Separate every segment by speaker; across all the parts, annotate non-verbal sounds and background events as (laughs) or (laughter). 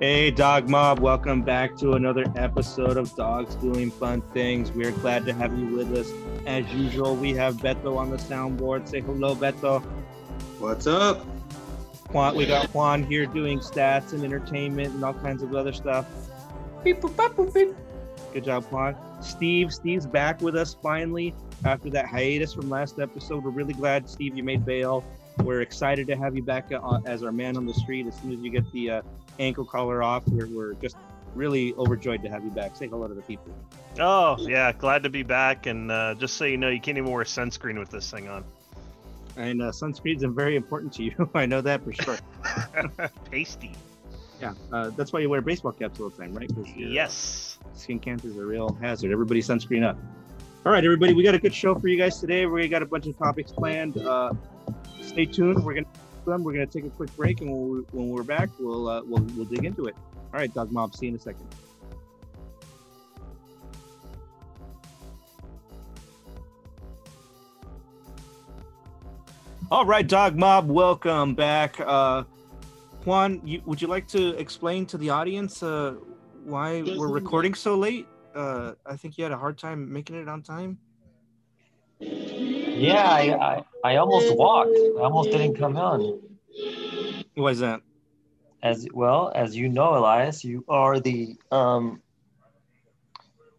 Speaker 1: Hey, Dog Mob, welcome back to another episode of Dogs Doing Fun Things. We're glad to have you with us. As usual, we have Beto on the soundboard. Say hello, Beto.
Speaker 2: What's up?
Speaker 1: Juan, we got Juan here doing stats and entertainment and all kinds of other stuff.
Speaker 3: Beep, boop, bop, boop, beep.
Speaker 1: Good job, Juan. Steve, Steve's back with us finally after that hiatus from last episode. We're really glad, Steve, you made bail. We're excited to have you back uh, as our man on the street. As soon as you get the uh, ankle collar off, we're, we're just really overjoyed to have you back. Say hello to the people.
Speaker 4: Oh yeah, glad to be back. And uh, just so you know, you can't even wear sunscreen with this thing on.
Speaker 1: And uh, sunscreen's very important to you. (laughs) I know that for sure.
Speaker 4: Pasty.
Speaker 1: Yeah, uh, that's why you wear baseball caps all the time, right? 'Cause your, uh,
Speaker 4: Yes. (laughs)
Speaker 1: skin cancer is a real hazard. Everybody sunscreen up. All right, everybody, we got a good show for you guys today. We got a bunch of topics planned. Uh, stay tuned. We're gonna them. We're gonna take a quick break, and when, we, when we're back, we'll uh, we'll we'll dig into it. All right, Doug Mob. See you in a second. All right, Dog Mob, welcome back. Uh, Juan, you, would you like to explain to the audience uh, why
Speaker 2: Yes,
Speaker 1: we're
Speaker 2: indeed.
Speaker 1: recording so late? Uh, I think you had a hard time making it on time.
Speaker 5: Yeah, I, I, I almost walked. I almost didn't come on.
Speaker 1: Why is that?
Speaker 5: As well as you know, Elias, you are the um,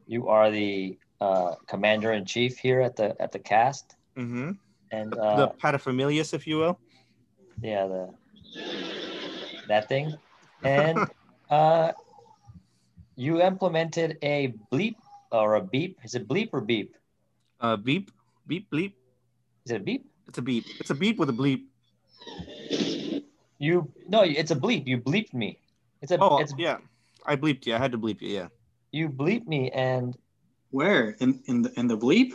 Speaker 5: you are the uh, commander in chief here at the at the cast,
Speaker 1: Mm-hmm.
Speaker 5: and
Speaker 1: the
Speaker 5: uh,
Speaker 1: paterfamilias, if you will.
Speaker 5: yeah, the that thing, and
Speaker 1: (laughs)
Speaker 5: uh, you implemented a bleep or a beep. Is it bleep or beep?
Speaker 1: Uh, beep, beep, bleep.
Speaker 5: Is it a beep?
Speaker 1: It's a beep. It's a beep with a bleep.
Speaker 5: You no, it's a bleep. You bleeped me. It's a
Speaker 1: Oh,
Speaker 5: it's
Speaker 1: yeah. I bleeped you. I had to bleep you. Yeah. (laughs)
Speaker 5: you bleeped me and
Speaker 2: Where in in the in the bleep?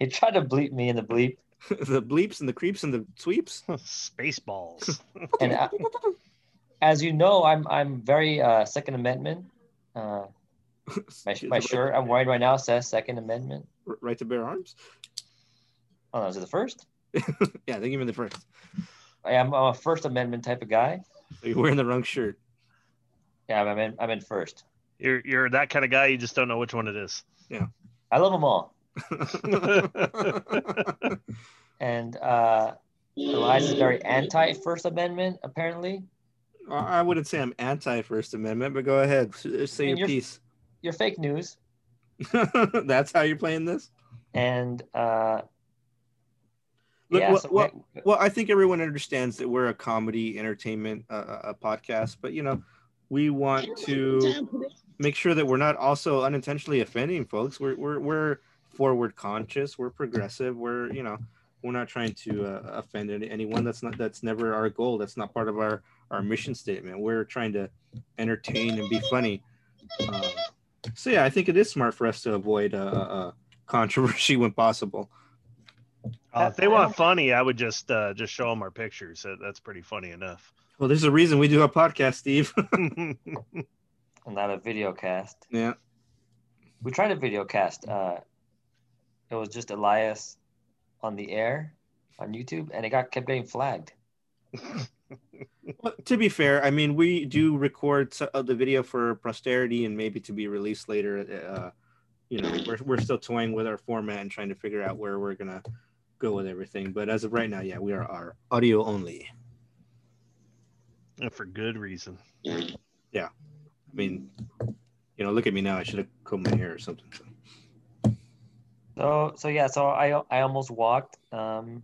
Speaker 5: you tried to bleep me in the bleep.
Speaker 1: the bleeps and the creeps and the sweeps.
Speaker 4: Spaceballs.
Speaker 5: and uh,
Speaker 1: (laughs)
Speaker 5: I, as you know, I'm I'm very uh, Second Amendment. Uh, my my shirt I'm wearing right now says Second Amendment.
Speaker 1: Right to bear arms.
Speaker 5: Oh, no, is it the first?
Speaker 1: Yeah, they give me the first.
Speaker 5: I am I'm a First Amendment type of guy.
Speaker 1: So you're wearing the wrong shirt. (laughs)
Speaker 5: Yeah, I'm- I'm in, I'm in first.
Speaker 4: You're you're that kind of guy. You just don't know which one it is.
Speaker 5: I love them all.
Speaker 4: yeah,
Speaker 5: And uh, Elias is very anti First Amendment. Apparently,
Speaker 1: I I wouldn't say I'm anti First Amendment, but go ahead, s- say your
Speaker 5: And you're-
Speaker 1: piece. (laughs)
Speaker 5: you're fake news.
Speaker 1: That's how you're playing this.
Speaker 5: And uh,
Speaker 1: Look,
Speaker 5: yeah,
Speaker 1: what-
Speaker 5: so
Speaker 1: what-
Speaker 5: we-
Speaker 1: Well, I think everyone understands that we're a comedy entertainment uh, a podcast, but you know, we want to make sure that we're not also unintentionally offending folks. We're we're, we're forward conscious. We're progressive. We're you know, we're not trying to uh, offend any, anyone. That's not that's never our goal. That's not part of our our mission statement. We're trying to entertain and be funny. Um, so yeah, I think it is smart for us to avoid uh, uh, controversy when possible.
Speaker 4: Uh, if they want funny, I would just uh, just show them our pictures. That, that's pretty funny enough.
Speaker 1: Well, there's a reason we do a podcast, Steve.
Speaker 5: not a video cast.
Speaker 1: yeah.
Speaker 5: we tried a video cast. Uh, it was just Elias on the air on YouTube, and it got kept getting flagged.
Speaker 1: Well, to be fair, I mean, we do record s- uh, the video for posterity and maybe to be released later. Uh, you know, we're, we're still toying with our format and trying to figure out where we're going to go with everything. But as of right now, yeah, we are, are audio only.
Speaker 4: And uh, for good reason.
Speaker 1: I mean, you know, look at me now. I should have combed my hair or something.
Speaker 5: So, so yeah, so I I almost walked. Um,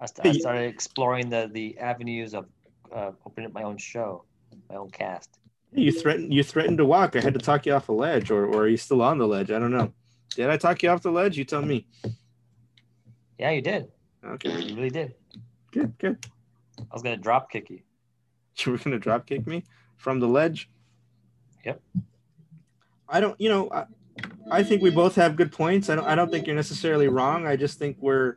Speaker 5: I, st- I
Speaker 1: Hey.
Speaker 5: started exploring the the avenues of uh, opening up my own show, my own cast.
Speaker 1: You threatened you threatened to walk. I had to talk you off a ledge, or, or are you still on the ledge? I don't know. Did I talk you off the ledge? You tell me.
Speaker 5: Yeah, you did.
Speaker 1: Okay,
Speaker 5: You really did.
Speaker 1: good, good.
Speaker 5: I was gonna drop kick you.
Speaker 1: (laughs) You were gonna drop kick me from the ledge.
Speaker 5: Yep.
Speaker 1: I don't, you know, I, I think we both have good points. I don't, I don't think you're necessarily wrong. I just think we're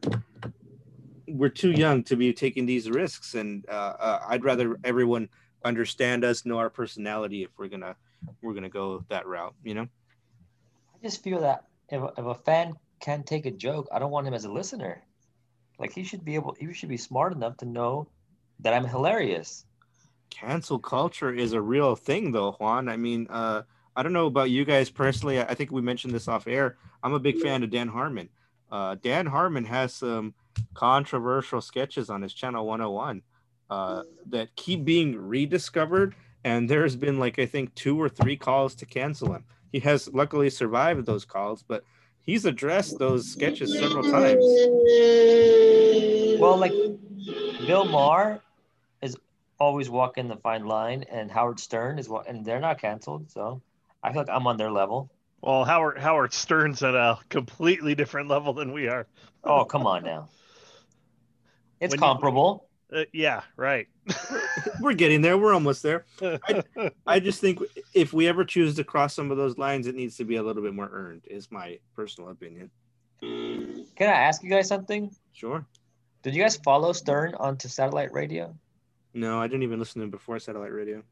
Speaker 1: we're too young to be taking these risks, and uh, uh, I'd rather everyone understand us, know our personality, if we're gonna we're gonna go that route. You know,
Speaker 5: I just feel that if, if a fan can take a joke, I don't want him as a listener. Like he should be able, he should be smart enough to know that I'm hilarious.
Speaker 1: cancel culture is a real thing though juan i mean uh i don't know about you guys personally i I think we mentioned this off air i'm a big fan of dan harmon uh dan harmon has some controversial sketches on his channel 101 uh that keep being rediscovered and there's been like i think two or three calls to cancel him he has luckily survived those calls but he's addressed those sketches several times
Speaker 5: Well, like Bill Maher is always walking the fine line, and Howard Stern is, wa- and they're not canceled. So I feel like I'm on their level.
Speaker 4: Well, Howard Howard Stern's at a completely different level than we are.
Speaker 5: Oh, come on now. It's
Speaker 4: When you-
Speaker 5: comparable.
Speaker 4: Uh, yeah, right.
Speaker 1: we're getting there we're almost there I just think if we ever choose to cross some of those lines, it needs to be a little bit more earned, is my personal opinion.
Speaker 5: Can I ask you guys something?
Speaker 1: Sure.
Speaker 5: Did you guys follow Stern onto satellite radio?
Speaker 1: No, I didn't even listen to him before satellite radio.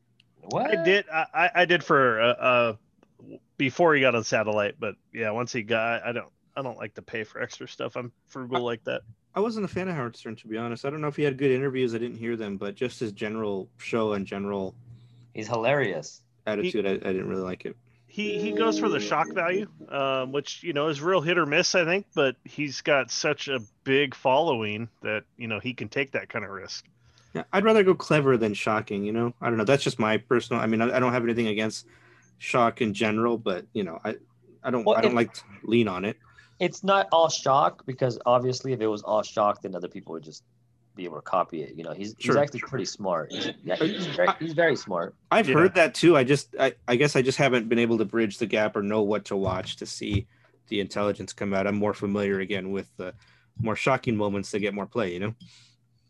Speaker 5: What?
Speaker 4: I did. I, I- I did for uh, uh, before he got on satellite, but yeah, once he got, I don't, I don't like to pay for extra stuff. I'm frugal like that.
Speaker 1: I wasn't a fan of Howard Stern, to be honest. I don't know if he had good interviews. I didn't hear them, but just his general show and general
Speaker 5: He's hilarious.
Speaker 1: attitude, I, I didn't really like it.
Speaker 4: He he goes for the shock value, um, which you know is real hit or miss, I think. But he's got such a big following that you know he can take that kind of risk.
Speaker 1: Yeah, I'd rather go clever than shocking, you know? I don't know. That's just my personal. I mean, I, I don't have anything against shock in general, but, you know, I, I don't,
Speaker 5: Well,
Speaker 1: I don't
Speaker 5: it-
Speaker 1: like to lean on it.
Speaker 5: It's not all shock because obviously, if it was all shock, then other people would just be able to copy it. You know, he's, he's
Speaker 1: Sure,
Speaker 5: actually pretty smart. He's,
Speaker 1: (clears throat)
Speaker 5: yeah, he's very, he's very smart.
Speaker 1: I've
Speaker 4: Yeah.
Speaker 1: heard that too. I just, I, I guess I just haven't been able to bridge the gap or know what to watch to see the intelligence come out. I'm more familiar again with the more shocking moments to get more play, you know?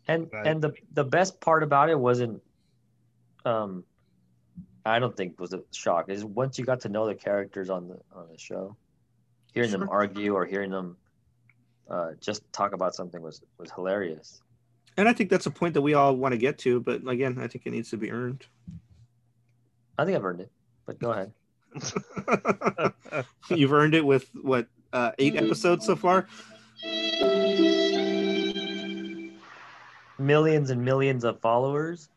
Speaker 5: And
Speaker 4: Right.
Speaker 5: and the the best part about it wasn't um I don't think was a shock is once you got to know the characters on the on the show, hearing them
Speaker 1: Sure.
Speaker 5: argue or hearing them uh, just talk about something was was hilarious.
Speaker 1: And I think that's a point that we all want to get to, but again, I think it needs to be (laughs) earned.
Speaker 5: I think I've earned it, but go ahead.
Speaker 1: You've earned it with what, uh, eight episodes so far?
Speaker 5: Millions and millions of followers.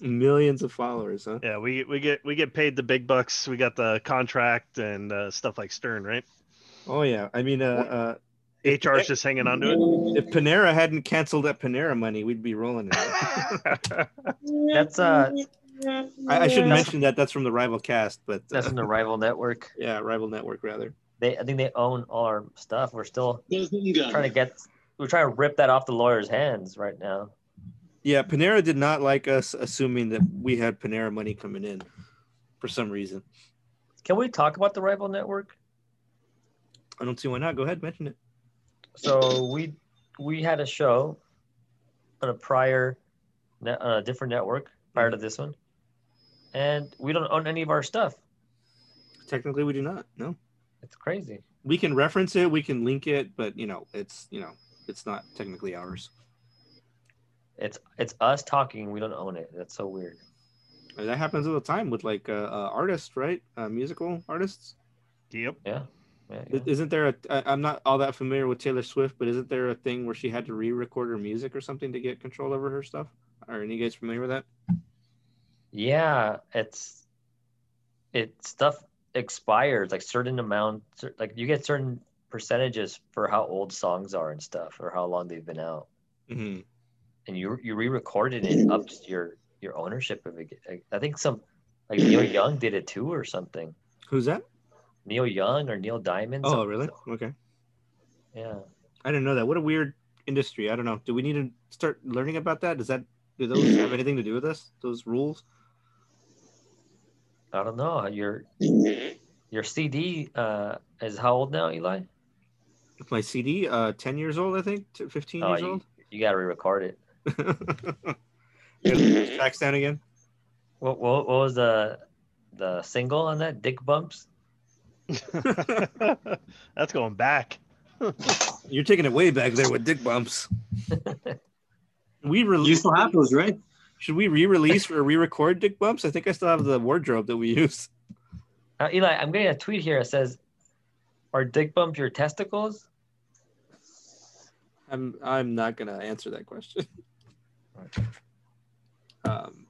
Speaker 1: Millions of followers, huh?
Speaker 4: Yeah, we we get we get paid the big bucks. We got the contract and uh, stuff like Stern, right?
Speaker 1: Oh, yeah. I mean, uh, uh,
Speaker 4: HR's just hanging on to
Speaker 1: if Panera hadn't canceled that Panera money, we'd be rolling in it.
Speaker 4: it.
Speaker 5: That's uh
Speaker 1: I, I should mention that that's from the rival cast, but
Speaker 5: that's
Speaker 1: uh, (laughs)
Speaker 5: from the rival network.
Speaker 1: yeah, rival network rather.
Speaker 5: They I think they own all our stuff. We're still trying to
Speaker 2: Trying
Speaker 5: get we're trying to rip that off the lawyer's hands right now.
Speaker 1: Yeah, Panera did not like us assuming that we had Panera money coming in for some reason.
Speaker 5: Can we talk about the rival network?
Speaker 1: I don't see why not. Go ahead, mention it.
Speaker 5: so we we had a show on a prior ne- on a different network prior to this one and we don't own any of our stuff
Speaker 1: Technically, we do not. No,
Speaker 5: it's crazy
Speaker 1: we can reference it, we can link it, but you know, it's you know, it's not technically ours.
Speaker 5: it's it's us talking we don't own it that's so weird
Speaker 1: And that happens all the time with like uh, uh, artists, right? Uh, musical artists.
Speaker 4: (laughs) yep.
Speaker 5: yeah, yeah.
Speaker 1: I- Isn't there a? I- I'm not all that familiar with Taylor Swift, but isn't there a thing where she had to re-record her music or something to get control over her stuff? Are any of you guys familiar with that?
Speaker 5: yeah it's it stuff expires like certain amount cer- like you get certain percentages for how old songs are and stuff or how long they've been out
Speaker 1: Mm-hmm.
Speaker 5: and you you re-recorded it up to your your ownership of it. I- I think some
Speaker 1: (clears throat)
Speaker 5: like Neil Young did it too or something.
Speaker 1: Who's that?
Speaker 5: Neil Young or Neil Diamond.
Speaker 1: Oh,
Speaker 5: some-
Speaker 1: really? Okay.
Speaker 5: Yeah.
Speaker 1: I didn't know that. What a weird industry. I don't know. Do we need to start learning about that? Does that do
Speaker 2: (clears throat)
Speaker 1: those have anything to do with us? Those rules?
Speaker 5: I don't know. Your your CD uh, is how old now, Eli?
Speaker 1: My CD, uh, ten years old, I think, to fifteen
Speaker 5: Oh,
Speaker 1: years
Speaker 5: you, (clears throat)
Speaker 1: old.
Speaker 5: you got to re-record it.
Speaker 1: Yeah, Tracks down again.
Speaker 5: What, what what was the the single on that? Dick bumps.
Speaker 4: (laughs) That's going back.
Speaker 1: You're taking it way back there with dick bumps. we
Speaker 2: to. You
Speaker 1: release.
Speaker 2: still have those, right?
Speaker 1: Should we re-release or re-record dick bumps? I think I still have the wardrobe that we use.
Speaker 5: Now, Uh, Eli, I'm getting a tweet here. that says, "Are dick bumps your testicles?"
Speaker 1: I'm I'm not gonna answer that question.
Speaker 5: Right.
Speaker 1: Um,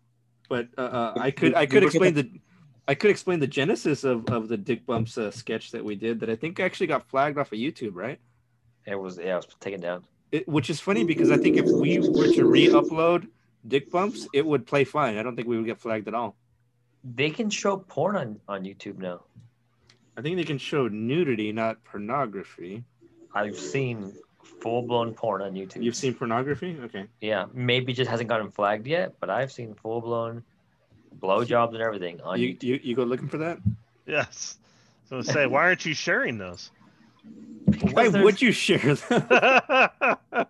Speaker 1: but uh, uh, I could I could explain the I could explain the genesis of of the Dick Bumps uh, sketch that we did that I think actually got flagged off of YouTube, right?
Speaker 5: It was yeah, it was taken down.
Speaker 1: It, which is funny because I think if we were to re-upload Dick Bumps, it would play fine. I don't think we would get flagged at all.
Speaker 5: They can show porn on on YouTube now.
Speaker 1: I think they can show nudity, not pornography.
Speaker 5: I've seen full blown porn on YouTube.
Speaker 1: You've seen pornography? Okay.
Speaker 5: Yeah, maybe it just hasn't gotten flagged yet, but I've seen full blown blowjobs and everything on
Speaker 1: You,
Speaker 5: YouTube
Speaker 1: you you go looking for that?
Speaker 4: Yes. So I say, why aren't you sharing those? (laughs)
Speaker 5: because
Speaker 1: Why
Speaker 5: there's-
Speaker 1: would you share that?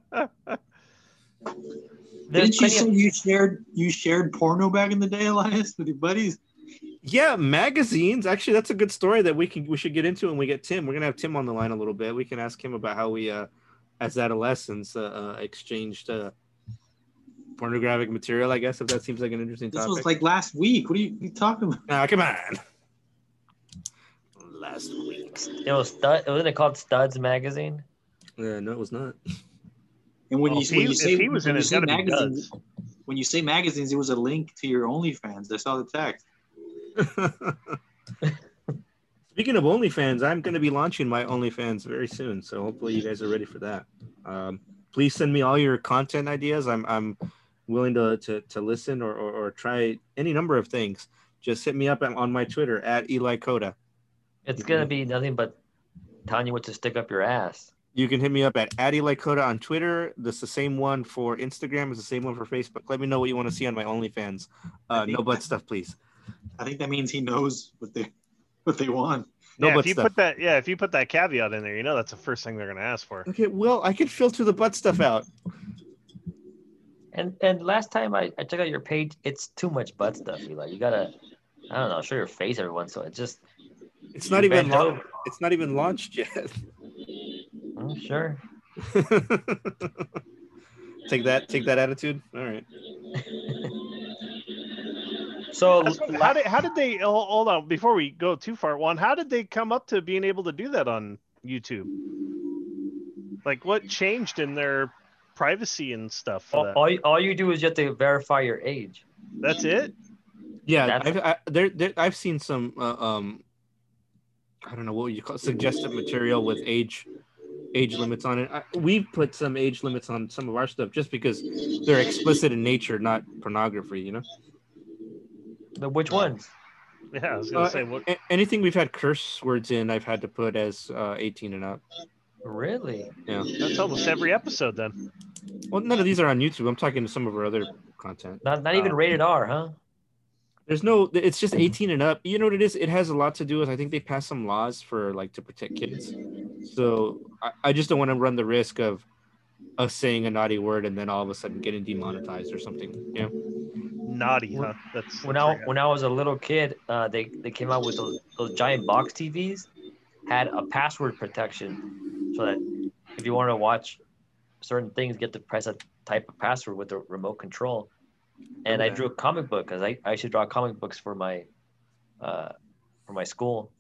Speaker 5: there's
Speaker 2: Didn't you
Speaker 5: plenty of-
Speaker 2: say you shared you shared porno back in the day, Elias, with your buddies?
Speaker 1: yeah, magazines. Actually, that's a good story that we can we should get into when we get Tim. We're gonna have Tim on the line a little bit. We can ask him about how we, uh, as adolescents, uh, uh, exchanged uh, pornographic material. I guess if that seems like an interesting
Speaker 2: This
Speaker 1: topic.
Speaker 2: was like last week. What are you, what are you talking about?
Speaker 1: Ah, come on. Last week.
Speaker 5: it was stud, wasn't it called Studs magazine?
Speaker 1: Yeah, no, it was not.
Speaker 2: And when
Speaker 4: Well,
Speaker 2: you
Speaker 4: if
Speaker 2: when
Speaker 4: he-
Speaker 2: you say
Speaker 4: if he was in
Speaker 2: when you
Speaker 4: it, it's
Speaker 2: say
Speaker 4: gotta be
Speaker 2: magazines, when you say magazines, it was a link to your OnlyFans. I saw the text.
Speaker 1: (laughs) Speaking of OnlyFans, I'm going to be launching my OnlyFans very soon, so hopefully you guys are ready for that. Um, please send me all your content ideas. I'm I'm willing to to, to listen or, or or try any number of things. Just hit me up on- on my Twitter at Eli Coda.
Speaker 5: It's
Speaker 1: Mm-hmm.
Speaker 5: gonna be nothing but telling you what to stick up your ass.
Speaker 1: You can hit me up at at Eli Coda on Twitter. That's the same one for Instagram. It's the same one for Facebook. Let me know what you want to see on my OnlyFans. Uh, no butt stuff, please.
Speaker 2: I think that means he knows what they what they want.
Speaker 1: No
Speaker 4: yeah,
Speaker 1: butt
Speaker 4: if you
Speaker 1: stuff.
Speaker 4: put that yeah, if you put that caveat in there, you know that's the first thing they're gonna ask for.
Speaker 1: Okay, well, I can filter the butt stuff out.
Speaker 5: And and last time I, I checked out your page, it's too much butt stuff. You like you gotta I don't know, show your face every once in a while. Just
Speaker 1: It's not
Speaker 5: you
Speaker 1: even
Speaker 5: bend
Speaker 1: lau-
Speaker 5: over.
Speaker 1: it's not even launched yet. (laughs)
Speaker 5: Mm, sure.
Speaker 1: (laughs) take that take that attitude. All right.
Speaker 5: So
Speaker 4: That's what- how did how did they oh, hold on before we go too far, Juan? How did they come up to being able to do that on YouTube? Like what changed in their privacy and stuff? For
Speaker 5: all,
Speaker 4: that?
Speaker 5: all, you, all you do is you have to verify your age.
Speaker 4: That's it.
Speaker 1: Yeah,
Speaker 5: That's-
Speaker 1: I've I, there, there I've seen some uh, um I don't know what would you call it, suggestive material with age age limits on it. I, we've put some age limits on some of our stuff just because they're explicit in nature, not pornography, you know.
Speaker 5: The, which ones?
Speaker 4: Yeah, I was gonna
Speaker 1: Uh,
Speaker 4: say what.
Speaker 1: A- anything we've had curse words in, I've had to put as uh, 18 and up.
Speaker 5: Really?
Speaker 1: Yeah.
Speaker 4: That's almost every episode then.
Speaker 1: Well, none of these are on YouTube. I'm talking to some of our other content.
Speaker 5: Not not even
Speaker 1: Uh,
Speaker 5: rated R, huh?
Speaker 1: There's no. It's just 18 and up. You know what it is? It has a lot to do with. I think they passed some laws for like to protect kids. So I, I just don't want to run the risk of us saying a naughty word and then all of a sudden getting demonetized or something. Yeah.
Speaker 4: Naughty, huh? That's
Speaker 5: when I when I was a little kid, uh, they they came out with those, those giant box TVs, had a password protection, so that if you want to watch certain things, get to press a type of password with the remote control. And I
Speaker 1: Okay.
Speaker 5: drew a comic book because I, I used to draw comic books for my uh, for my school,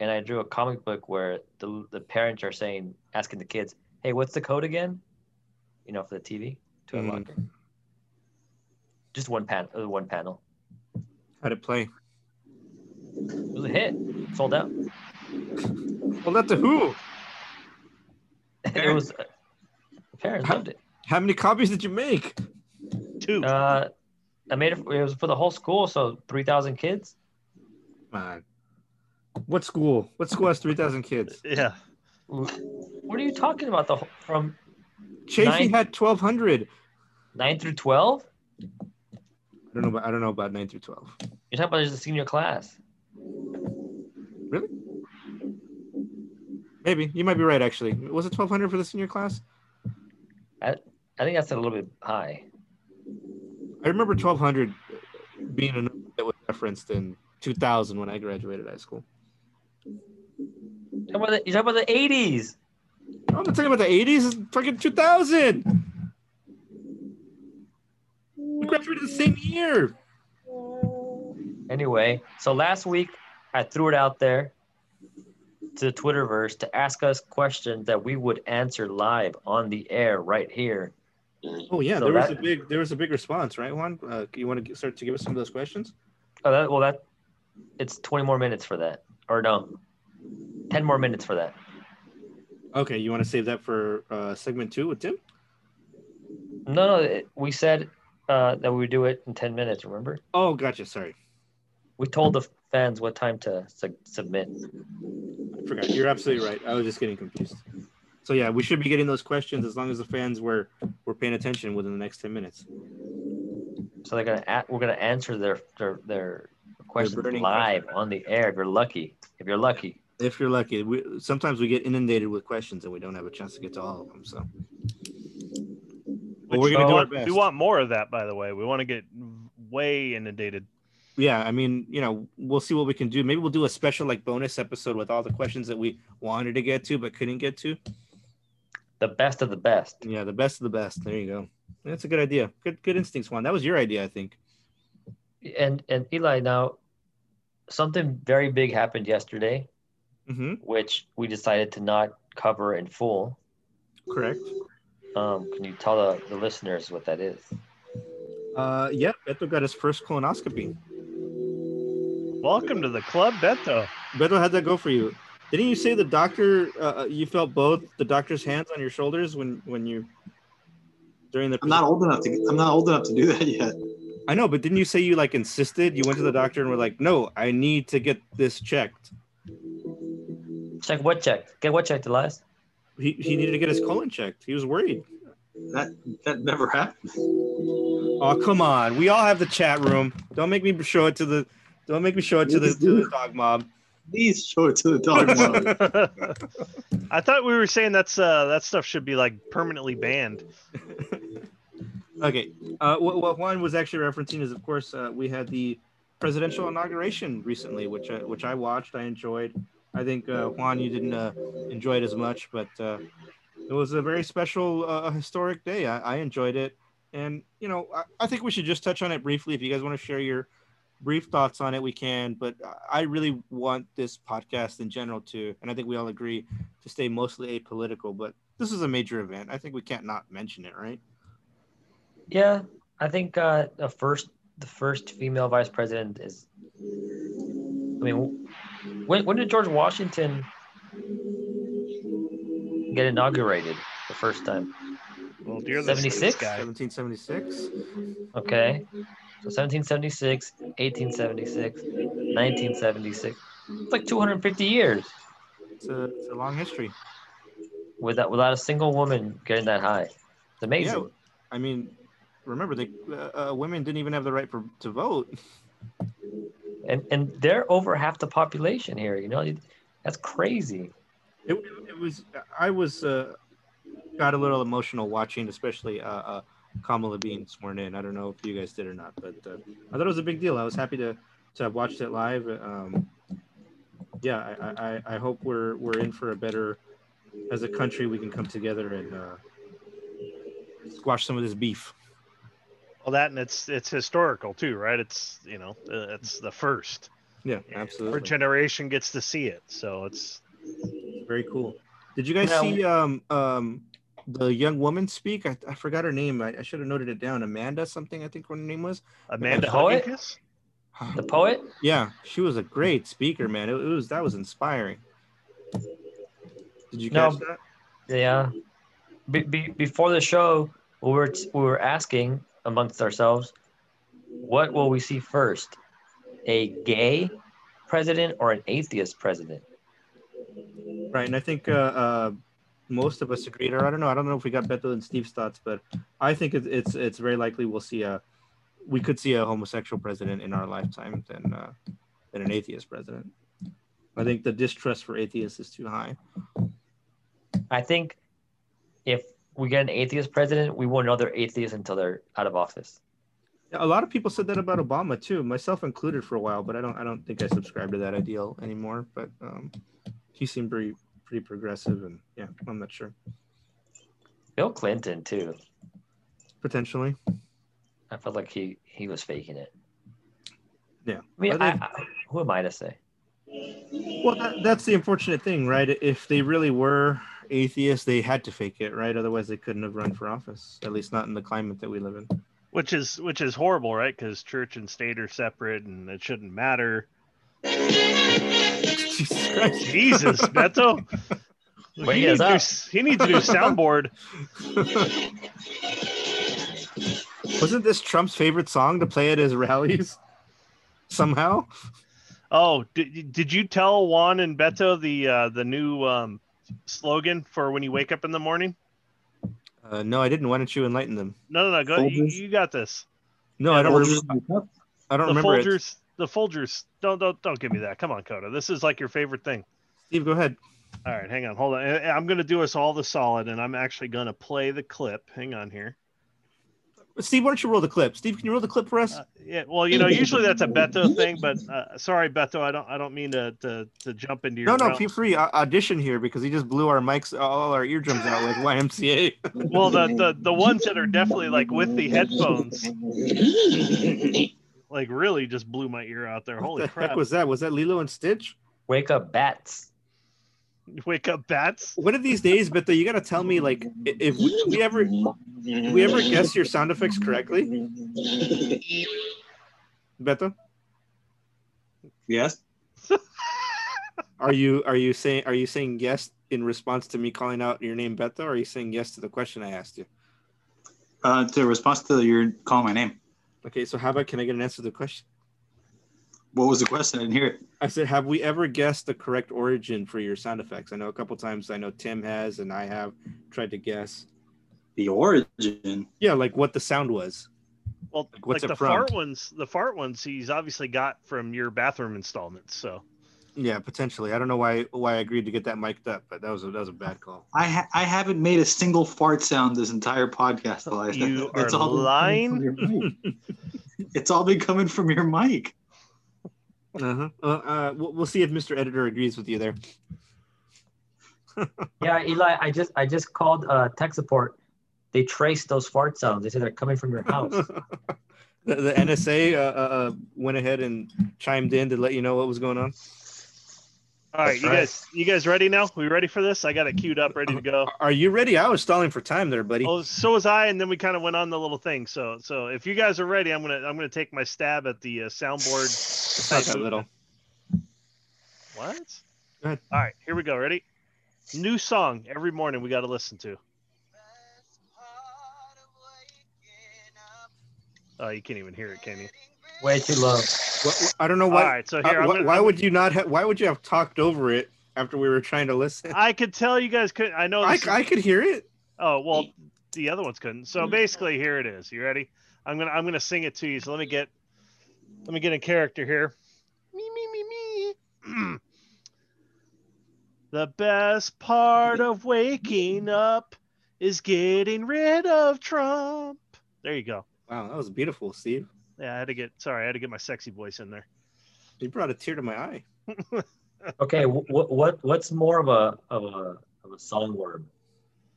Speaker 5: and I drew a comic book where the the parents are saying asking the kids, "Hey, what's the code again?" You know, for the TV to
Speaker 1: Mhm.
Speaker 5: unlock it. Just one pan, uh, one panel.
Speaker 1: How'd it play?
Speaker 5: It was a hit. Sold out. (laughs)
Speaker 1: Well, that's the who.
Speaker 5: it was. uh, Parents loved it.
Speaker 1: How many copies did you make?
Speaker 4: two.
Speaker 5: Uh, I made it. It was for the whole school, so three thousand kids.
Speaker 1: Come on. What school? What school has 3,000 kids?
Speaker 4: yeah.
Speaker 5: What are you talking about? The whole- from
Speaker 1: Chafee
Speaker 5: Nine.
Speaker 1: had 1,200.
Speaker 5: nine through twelve.
Speaker 1: I don't know. About, I don't know about nine through 12.
Speaker 5: You're talking about just the senior class.
Speaker 1: Maybe you might be right. Actually, was it 1,200 for the senior class?
Speaker 5: I think that's a little bit high.
Speaker 1: I remember 1200 being a number that was referenced in 2000 when I graduated high school.
Speaker 5: You're talking about the, you're talking about the eighties.
Speaker 1: Oh, I'm not talking about the 80s, it's fucking 2000. We graduated the same year.
Speaker 5: Anyway, so last week I threw it out there to the Twitterverse to ask us questions that we would answer live on the air right here
Speaker 1: Oh yeah,
Speaker 5: So
Speaker 1: there was
Speaker 5: that-
Speaker 1: a big there was a big response, right, Juan? Uh, you want to start to give us some of those questions?
Speaker 5: Oh, that, well, that it's 20 more minutes for that, or no, 10 more minutes for that.
Speaker 1: Okay, you want to save that for uh, segment two with Tim?
Speaker 5: No, no, it, we said uh, that we would do it in 10 minutes. Remember,
Speaker 1: Oh, gotcha. Sorry,
Speaker 5: we told the fans what time to su- submit.
Speaker 1: I forgot. You're absolutely right. I was just getting confused. So yeah, we should be getting those questions as long as the fans were were paying attention within the next ten minutes.
Speaker 5: So they're gonna a- we're gonna answer their their their questions
Speaker 2: burning
Speaker 5: live
Speaker 2: questions.
Speaker 5: on the air. If you're lucky, if you're lucky,
Speaker 1: If you're lucky, we, sometimes we get inundated with questions and we don't have a chance to get to all of them. So, but we're
Speaker 4: Which
Speaker 1: gonna
Speaker 4: we
Speaker 1: do our
Speaker 4: want-
Speaker 1: best.
Speaker 4: We want more of that, by the way. We want to get way inundated.
Speaker 1: yeah, I mean, you know, we'll see what we can do. Maybe we'll do a special like bonus episode with all the questions that we wanted to get to but couldn't get to.
Speaker 5: the best of the best.
Speaker 1: Yeah, the best of the best. There you go. That's a good idea. Good, good instincts, Juan. That was your idea, I think.
Speaker 5: And and Eli, now something very big happened yesterday,
Speaker 1: Mm-hmm.
Speaker 5: which we decided to not cover in full.
Speaker 1: Correct.
Speaker 5: Um, can you tell the, the listeners what that is?
Speaker 1: Uh, yeah, Beto got his first colonoscopy.
Speaker 4: Welcome to the club, Beto.
Speaker 1: Beto, how'd that go for you? Didn't you say the doctor? Uh, you felt both the doctor's hands on your shoulders when when you during the.
Speaker 2: I'm not old enough to. I'm not old enough to do that yet.
Speaker 1: I know, but didn't you say you like insisted? You went to the doctor and were like, "No, I need to get this checked."
Speaker 5: Check what check? Get what checked, Elias?
Speaker 1: He he needed to get his colon checked. He was worried.
Speaker 2: That that never happened.
Speaker 1: Oh come on! We all have the chat room. Don't make me show it to the. Don't make me show it to the, to the dog mob.
Speaker 2: Please show it to the
Speaker 4: (laughs)
Speaker 2: dog. mom.
Speaker 4: (laughs) I thought we were saying that's uh, that stuff should be like permanently banned.
Speaker 1: Okay. Uh, what, what Juan was actually referencing is, of course, uh, we had the presidential inauguration recently, which uh, which I watched. I enjoyed. I think uh, Juan, you didn't uh, enjoy it as much, but uh, it was a very special, uh, historic day. I, I enjoyed it, and you know, I, I think we should just touch on it briefly. If you guys want to share your brief thoughts on it, we can. But I- I really want this podcast in general to, and I think we all agree, to stay mostly apolitical. But this is a major event. I think we can't not mention it, right?
Speaker 5: Yeah, I think uh, the first the first female vice president is. I mean, when when did George Washington get inaugurated the first time?
Speaker 4: Well, dear, this
Speaker 5: 76?
Speaker 4: guy.
Speaker 1: 1776.
Speaker 5: Okay, so 1776, 1876, 1976. It's like 250 years
Speaker 1: It's a, it's a long history.
Speaker 5: without without a single woman getting that high. It's amazing.
Speaker 1: Yeah, I mean, remember they uh, uh, women didn't even have the right for, to vote.
Speaker 5: and and they're over half the population here. You know, that's crazy.
Speaker 1: It, it was I was uh, got a little emotional watching, especially uh, uh, Kamala being sworn in. I don't know if you guys did or not, but uh, I thought it was a big deal. I was happy to to have watched it live. Um, yeah, I- I, I, I hope we're we're in for a better as a country. We can come together and uh, squash some of this beef.
Speaker 4: Well, that and it's it's historical too, right? It's you know uh, it's the first.
Speaker 1: Yeah,
Speaker 4: Our
Speaker 1: absolutely.
Speaker 4: generation gets to see it, so it's
Speaker 1: Very cool. Did you guys
Speaker 5: Now-
Speaker 1: see um um the young woman speak? I, I forgot her name. I, I should have noted it down. Amanda something. I think her name was.
Speaker 4: Amanda
Speaker 5: The poet?
Speaker 4: Honeycutt?
Speaker 5: The poet,
Speaker 1: Yeah, she was a great speaker, man. It, it was that was inspiring. Did you
Speaker 5: No.
Speaker 1: catch that?
Speaker 5: yeah. Be, be, before the show, we were we were asking amongst ourselves, what will we see first, a gay president or an atheist president?
Speaker 1: Right, and I think uh, uh, most of us agreed, or I don't know, I don't know if we got Beto and Steve's thoughts, but I think it's it's, it's very likely we'll see a we could see a homosexual president in our lifetime than uh, than an atheist president. I think the distrust for atheists is too high.
Speaker 5: I think if we get an atheist president, we won't know they're atheist until they're out of office.
Speaker 1: A lot of people said that about Obama too, myself included for a while, but I don't I don't think I subscribe to that ideal anymore. But um, he seemed pretty pretty progressive, and yeah, I'm not sure
Speaker 5: Bill Clinton too.
Speaker 1: potentially.
Speaker 5: I felt like he he was faking it.
Speaker 1: Yeah.
Speaker 5: I mean,
Speaker 1: Are they-
Speaker 5: I, I, who am I to say?
Speaker 1: Well, that, that's the unfortunate thing, right? If they really were atheists, they had to fake it, right? Otherwise, they couldn't have run for office. At least not in the climate that we live in. (laughs)
Speaker 4: which is which is horrible, right? Because church and state are separate, and it shouldn't matter.
Speaker 1: Jesus Christ.
Speaker 4: Jesus, Beto,
Speaker 5: (laughs) Wake
Speaker 4: he needs,
Speaker 5: us
Speaker 4: new,
Speaker 5: up.
Speaker 4: s- he needs a new
Speaker 5: (laughs)
Speaker 4: soundboard.
Speaker 1: Wasn't this Trump's favorite song to play at his rallies? Somehow,
Speaker 4: Oh, did, did you tell Juan and Beto the uh, the new um, slogan for when you wake up in the morning?
Speaker 1: uh, no, I didn't. Why don't you enlighten them?
Speaker 4: No, no, no. Go, you,
Speaker 2: Folgers?
Speaker 4: you got this.
Speaker 1: No, I don't.
Speaker 2: Folgers
Speaker 1: Remember,
Speaker 2: in the cup.
Speaker 1: I don't
Speaker 4: The
Speaker 1: remember it.
Speaker 4: Folgers. The Folgers. Don't don't don't give me that. Come on, Coda. This is like your favorite thing.
Speaker 1: Steve, go ahead.
Speaker 4: All right, hang on, hold on. I- I'm gonna do us all the solid, and I'm actually gonna play the clip. Hang on here.
Speaker 1: Steve, why don't you roll the clip? Steve, can you roll the clip for us?
Speaker 4: Uh, yeah, well, you know, usually that's a Beto thing, but uh, sorry, Beto, I don't, I don't mean to to, to jump into your.
Speaker 1: no, no,
Speaker 4: realm.
Speaker 1: feel free. au- Audition here because he just blew our mics, all our eardrums out like YMCA. (laughs)
Speaker 4: Well, the, the the ones that are definitely like with the headphones, like really just blew my ear out there.
Speaker 1: what
Speaker 4: Holy
Speaker 1: the
Speaker 4: crap!
Speaker 1: heck was that? Was that Lilo and Stitch?
Speaker 5: Wake up, bats.
Speaker 4: Wake up, bats.
Speaker 1: One of these days, but you gotta tell me like i- if we, we ever we ever guess your sound effects correctly, Beto.
Speaker 2: Yes.
Speaker 1: Are you are you saying are you saying yes in response to me calling out your name, Beto? Or are you saying yes to the question I asked you?
Speaker 2: Uh, to response to your call my name.
Speaker 1: Okay, so how about can I get an answer to the question?
Speaker 2: What was the question? I didn't hear it.
Speaker 1: I said, have we ever guessed the correct origin for your sound effects? I know a couple times. I know Tim has, and I have tried to guess.
Speaker 2: The origin.
Speaker 1: Yeah, like what the sound was.
Speaker 4: Well,
Speaker 1: Like,
Speaker 4: like
Speaker 1: what's
Speaker 4: the
Speaker 1: it from?
Speaker 4: fart ones, the fart ones, he's obviously got from your bathroom installments. So
Speaker 1: Yeah, potentially. I don't know why why I agreed to get that mic'd up, but that was a, that was a bad call.
Speaker 2: I ha- I haven't made a single fart sound this entire podcast, Eliza.
Speaker 4: You
Speaker 2: It's
Speaker 4: are
Speaker 2: all been coming from
Speaker 4: lying.
Speaker 2: your mic. (laughs) it's all been coming from your mic.
Speaker 1: Uh-huh. Uh, uh, we'll, we'll see if Mr. Editor agrees with you there. (laughs)
Speaker 5: Yeah, Eli, I just I just called uh, tech support. They traced those fart sounds. They said they're coming from your
Speaker 1: (laughs)
Speaker 5: house.
Speaker 1: the, the NSA uh, uh, uh, went ahead and chimed in to let you know what was going on.
Speaker 4: all right,
Speaker 5: That's
Speaker 4: you
Speaker 5: right.
Speaker 4: guys, you guys ready now? We ready for this? I got it queued up, ready to go.
Speaker 1: (laughs) Are you ready? I was stalling for time there, buddy.
Speaker 4: Oh, so was I, and then we kind of went on the little thing. So, so if you guys are ready, I'm gonna I'm gonna take my stab at the
Speaker 1: (laughs)
Speaker 4: uh, soundboard.
Speaker 1: it's not that
Speaker 4: (laughs)
Speaker 1: little.
Speaker 4: What?
Speaker 1: Go ahead.
Speaker 4: All right, here we go. Ready? New song every morning we got to listen to. Oh, you can't even hear it, can you?
Speaker 5: Way too low.
Speaker 1: Wha- wha- I don't know
Speaker 4: All
Speaker 1: why.
Speaker 4: right, so here
Speaker 1: uh,
Speaker 4: I'm
Speaker 1: why,
Speaker 4: gonna,
Speaker 1: why would you not? Ha- why would you have talked over it after we were trying to listen?
Speaker 4: I could tell you guys could. I know.
Speaker 1: I,
Speaker 4: This is-
Speaker 1: I could hear it.
Speaker 4: oh well, the other ones couldn't. So basically, here it is. You ready? I'm gonna I'm gonna sing it to you. So let me get let me get in character here. Me me me me. (clears throat) the best part of waking up is getting rid of Trump. There you go.
Speaker 1: Wow, that was beautiful, Steve.
Speaker 4: Yeah, I had to get sorry, I had to get my sexy voice in there.
Speaker 1: You brought a tear to my eye.
Speaker 5: Okay, what what what's more of a of a of a song word?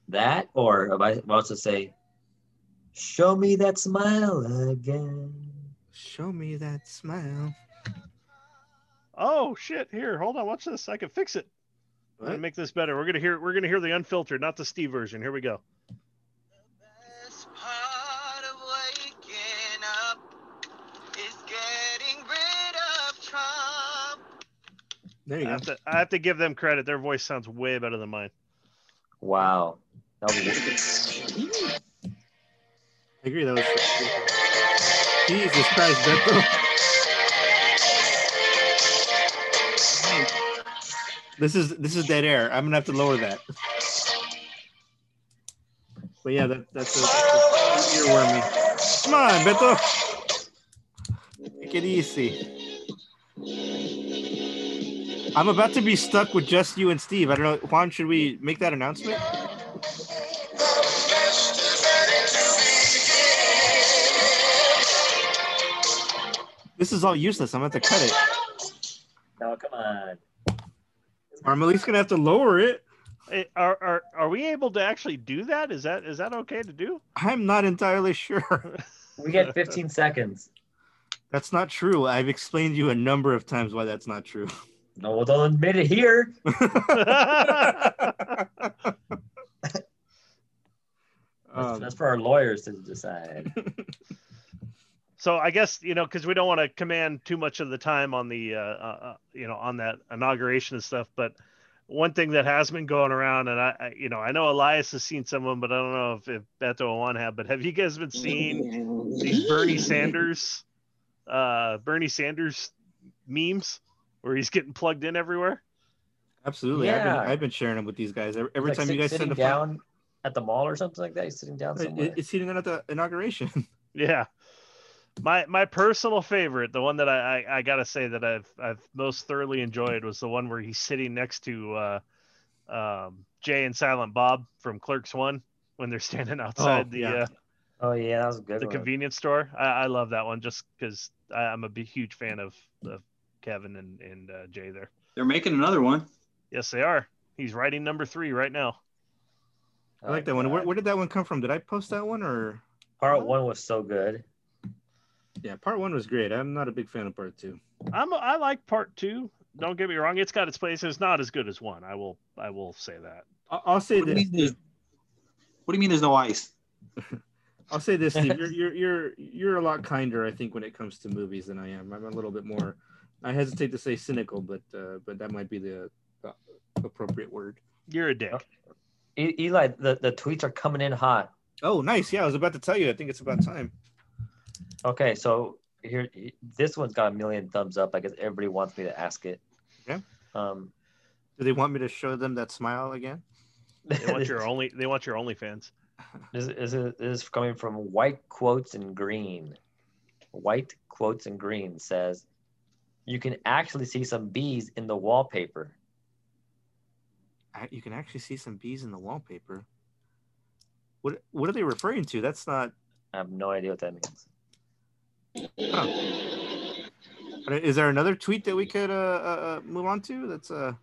Speaker 5: That or if I was to say, show me that smile again.
Speaker 1: Show me that smile.
Speaker 4: Oh shit! Here, hold on. Watch this. I can fix it. I'm gonna
Speaker 1: What?
Speaker 4: make this better. We're gonna hear. We're gonna hear the unfiltered, not the Steve version. Here we go.
Speaker 6: best part of waking up is getting rid of Trump.
Speaker 1: There
Speaker 4: I
Speaker 1: you go.
Speaker 4: have to. I have to give them credit. Their voice sounds way better than mine.
Speaker 5: Wow.
Speaker 1: (laughs)
Speaker 5: That was,
Speaker 1: I agree. That was Jesus Christ, Beto. This is this is dead air. I'm gonna have to lower that. But yeah, that, that's a, that's a earwormy. Come on, Beto. Take it easy. I'm about to be stuck with just you and Steve. I don't know, Juan. Should we make that announcement? This is all useless. I'm gonna have to cut it.
Speaker 5: now oh, come on.
Speaker 1: Or I'm at least gonna have to lower it.
Speaker 4: Eh, Are, are are we able to actually do that? Is that is that okay to do? (laughs)
Speaker 1: I'm not entirely sure. (laughs)
Speaker 5: We get 15 seconds.
Speaker 1: That's not true. I've explained you a number of times why that's not true.
Speaker 5: No, well, don't admit it here.
Speaker 4: All
Speaker 5: That's,
Speaker 1: Um,
Speaker 5: that's for our lawyers to decide.
Speaker 4: So I guess you know because we don't want to command too much of the time on the uh, uh, uh, you know on that inauguration and stuff. But one thing that has been going around, and I, I you know I know Elias has seen someone, but I don't know if, if Beto and Juan have. But have you guys been seeing these Bernie Sanders, uh, Bernie Sanders memes where he's getting plugged in everywhere?
Speaker 1: absolutely. I've, been,
Speaker 5: Yeah.
Speaker 1: I've been sharing them with these guys every, every
Speaker 5: Like
Speaker 1: time
Speaker 5: sit-
Speaker 1: you guys
Speaker 5: sitting
Speaker 1: send a phone.
Speaker 5: down at the mall or something like that. He's sitting down somewhere.
Speaker 1: It, it's sitting down at the inauguration. (laughs)
Speaker 4: Yeah. My my personal favorite, the one that I, I, I gotta say that I've I've most thoroughly enjoyed was the one where he's sitting next to uh, um, Jay and Silent Bob from Clerks One when they're standing outside the
Speaker 1: yeah.
Speaker 4: uh,
Speaker 5: oh yeah, that was a good.
Speaker 4: the
Speaker 5: one.
Speaker 4: convenience store. I, I love that one just because I'm a big, huge fan of, of Kevin and and uh, Jay there.
Speaker 2: They're making another one.
Speaker 4: Yes, they are. He's writing number three right now.
Speaker 1: I like that one. Where,
Speaker 5: Oh, God.
Speaker 1: where did that one come from? Did I post that one or?
Speaker 5: Part one was so good.
Speaker 1: Yeah, part one was great. I'm not a big fan of part two.
Speaker 4: I'm I like part two. Don't get me wrong; it's got its place. It's not as good as one. I will I will say that.
Speaker 1: I'll, I'll say
Speaker 2: What do, you
Speaker 1: this.
Speaker 2: mean there's, what do you mean there's no ice?
Speaker 1: I'll say this, (laughs) Steve. You're you're you're you're a lot kinder, I think, when it comes to movies than I am. I'm a little bit more. I hesitate to say cynical, but uh, but that might be the, the appropriate word.
Speaker 4: You're a dick.
Speaker 5: E- Eli, the, the tweets are coming in hot.
Speaker 1: Oh, nice. Yeah, I was about to tell you. I think it's about time.
Speaker 5: Okay, so here, e, this one's got a million thumbs up. I guess everybody wants me to ask it.
Speaker 1: Yeah.
Speaker 5: Um,
Speaker 1: Do they want me to show them that smile again?
Speaker 4: They
Speaker 5: (laughs)
Speaker 4: want your only. They want your OnlyFans.
Speaker 5: This is, this is coming from White Quotes and Green. White Quotes and Green says, You can actually see some bees in the wallpaper.
Speaker 1: I, you can actually see some bees in the wallpaper. What what are they referring to? That's not.
Speaker 5: I have no idea what that means.
Speaker 1: uh, Is there another tweet that we could uh, uh, uh, move on to? That's uh.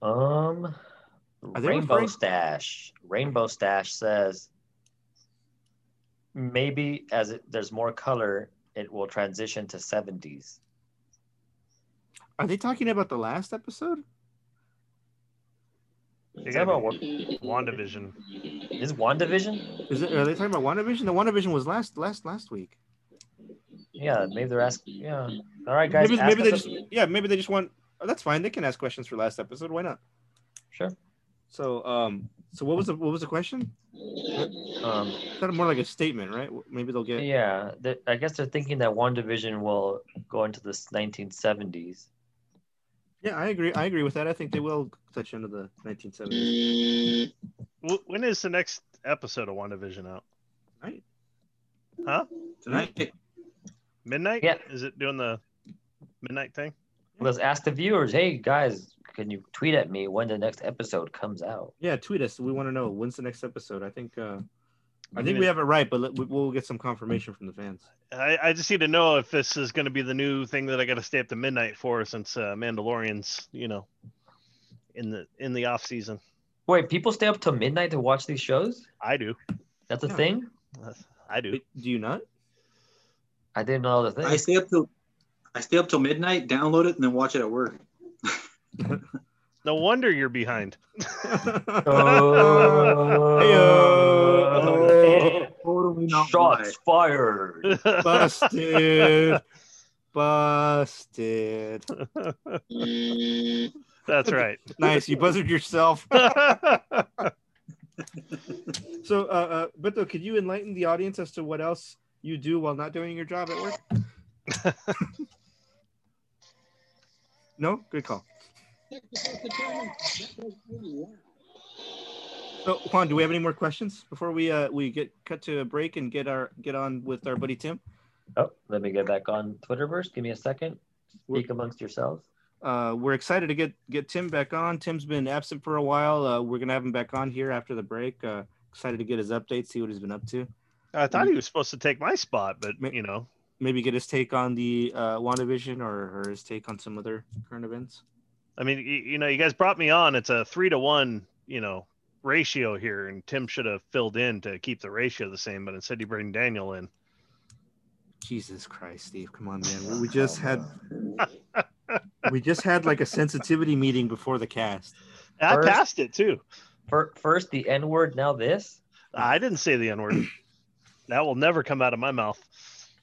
Speaker 5: Um,
Speaker 1: Are they
Speaker 5: Rainbow
Speaker 1: referring-
Speaker 5: Stash. Rainbow Stash says, Maybe as it, there's more color, it will transition to 70s.
Speaker 1: Are they talking about the last episode?
Speaker 4: They
Speaker 5: Is that about
Speaker 4: got
Speaker 5: what?
Speaker 4: WandaVision.
Speaker 5: Is WandaVision?
Speaker 1: Is it, are they talking about WandaVision? The WandaVision was last last last week.
Speaker 5: Yeah, maybe they're asking. Yeah. All right, guys.
Speaker 1: Maybe,
Speaker 5: ask
Speaker 1: maybe they
Speaker 5: us
Speaker 1: just
Speaker 5: a-
Speaker 1: yeah maybe they just want. Oh, that's fine. They can ask questions for last episode. Why not?
Speaker 5: Sure.
Speaker 1: So um so what was the what was the question?
Speaker 5: Um,
Speaker 1: It's kind of more like a statement, right? Maybe they'll get.
Speaker 5: Yeah, th- I guess they're thinking that one division will go into the 1970s.
Speaker 1: Yeah, I agree. I agree with that. I think they will touch into the 1970s.
Speaker 4: Wh- When is the next episode of WandaVision out?
Speaker 2: Tonight,
Speaker 4: Midnight?
Speaker 5: Yeah.
Speaker 4: Is it doing the midnight thing?
Speaker 5: Let's ask the viewers, hey guys, can you tweet at me when the next episode comes out?
Speaker 1: Yeah, tweet us. We want to know when's the next episode. I think uh I
Speaker 4: I'm
Speaker 1: think
Speaker 4: gonna-
Speaker 1: we have it right, but let, we- we'll get some confirmation from the fans.
Speaker 4: I, I just need to know if this is going to be the new thing that I got to stay up to midnight for since uh, Mandalorian's, you know, in the in the off season.
Speaker 5: Wait, people stay up till midnight to watch these shows?
Speaker 4: I do. (laughs)
Speaker 5: That's a
Speaker 1: Yeah.
Speaker 5: thing?
Speaker 4: I do.
Speaker 1: Wait, do you not?
Speaker 5: I didn't know that was a
Speaker 2: I (laughs)
Speaker 5: thing.
Speaker 2: stay up till I stay up till midnight, download it, and then watch it at work.
Speaker 4: No wonder you're behind. (laughs)
Speaker 5: Oh. (laughs)
Speaker 1: Heyo.
Speaker 2: Totally
Speaker 5: Shots fired.
Speaker 1: (laughs) Busted. Busted.
Speaker 4: That's right. (laughs)
Speaker 1: Nice. You buzzed yourself.
Speaker 4: I
Speaker 1: So, uh, uh, Beto, could you enlighten the audience as to what else you do while not doing your job at work? no, good call. So, Juan, do we have any more questions before we uh, we get cut to a break and get our get on with our buddy Tim?
Speaker 5: oh, let me get back on Twitterverse. Give me a second. Speak amongst yourselves.
Speaker 1: Uh, we're excited to get get Tim back on. Tim's been absent for a while. Uh, we're gonna have him back on here after the break. Uh, excited to get his updates, see what he's been up to.
Speaker 4: thought he was supposed to take my spot, but
Speaker 1: Ma-
Speaker 4: you know,
Speaker 1: maybe get his take on the uh, WandaVision or, or his take on some other current events.
Speaker 4: I mean, you, you know, you guys brought me on. It's a three to one, you know, ratio here, and Tim should have filled in to keep the ratio the same, but instead you bring Daniel in.
Speaker 1: Jesus Christ, Steve, come on, man. We- We just had we just had like a sensitivity meeting before the cast.
Speaker 4: I
Speaker 5: First-
Speaker 4: passed it too.
Speaker 5: Fir- First the N word, now this.
Speaker 4: I didn't say the N word. (clears throat) that will never come out of my mouth.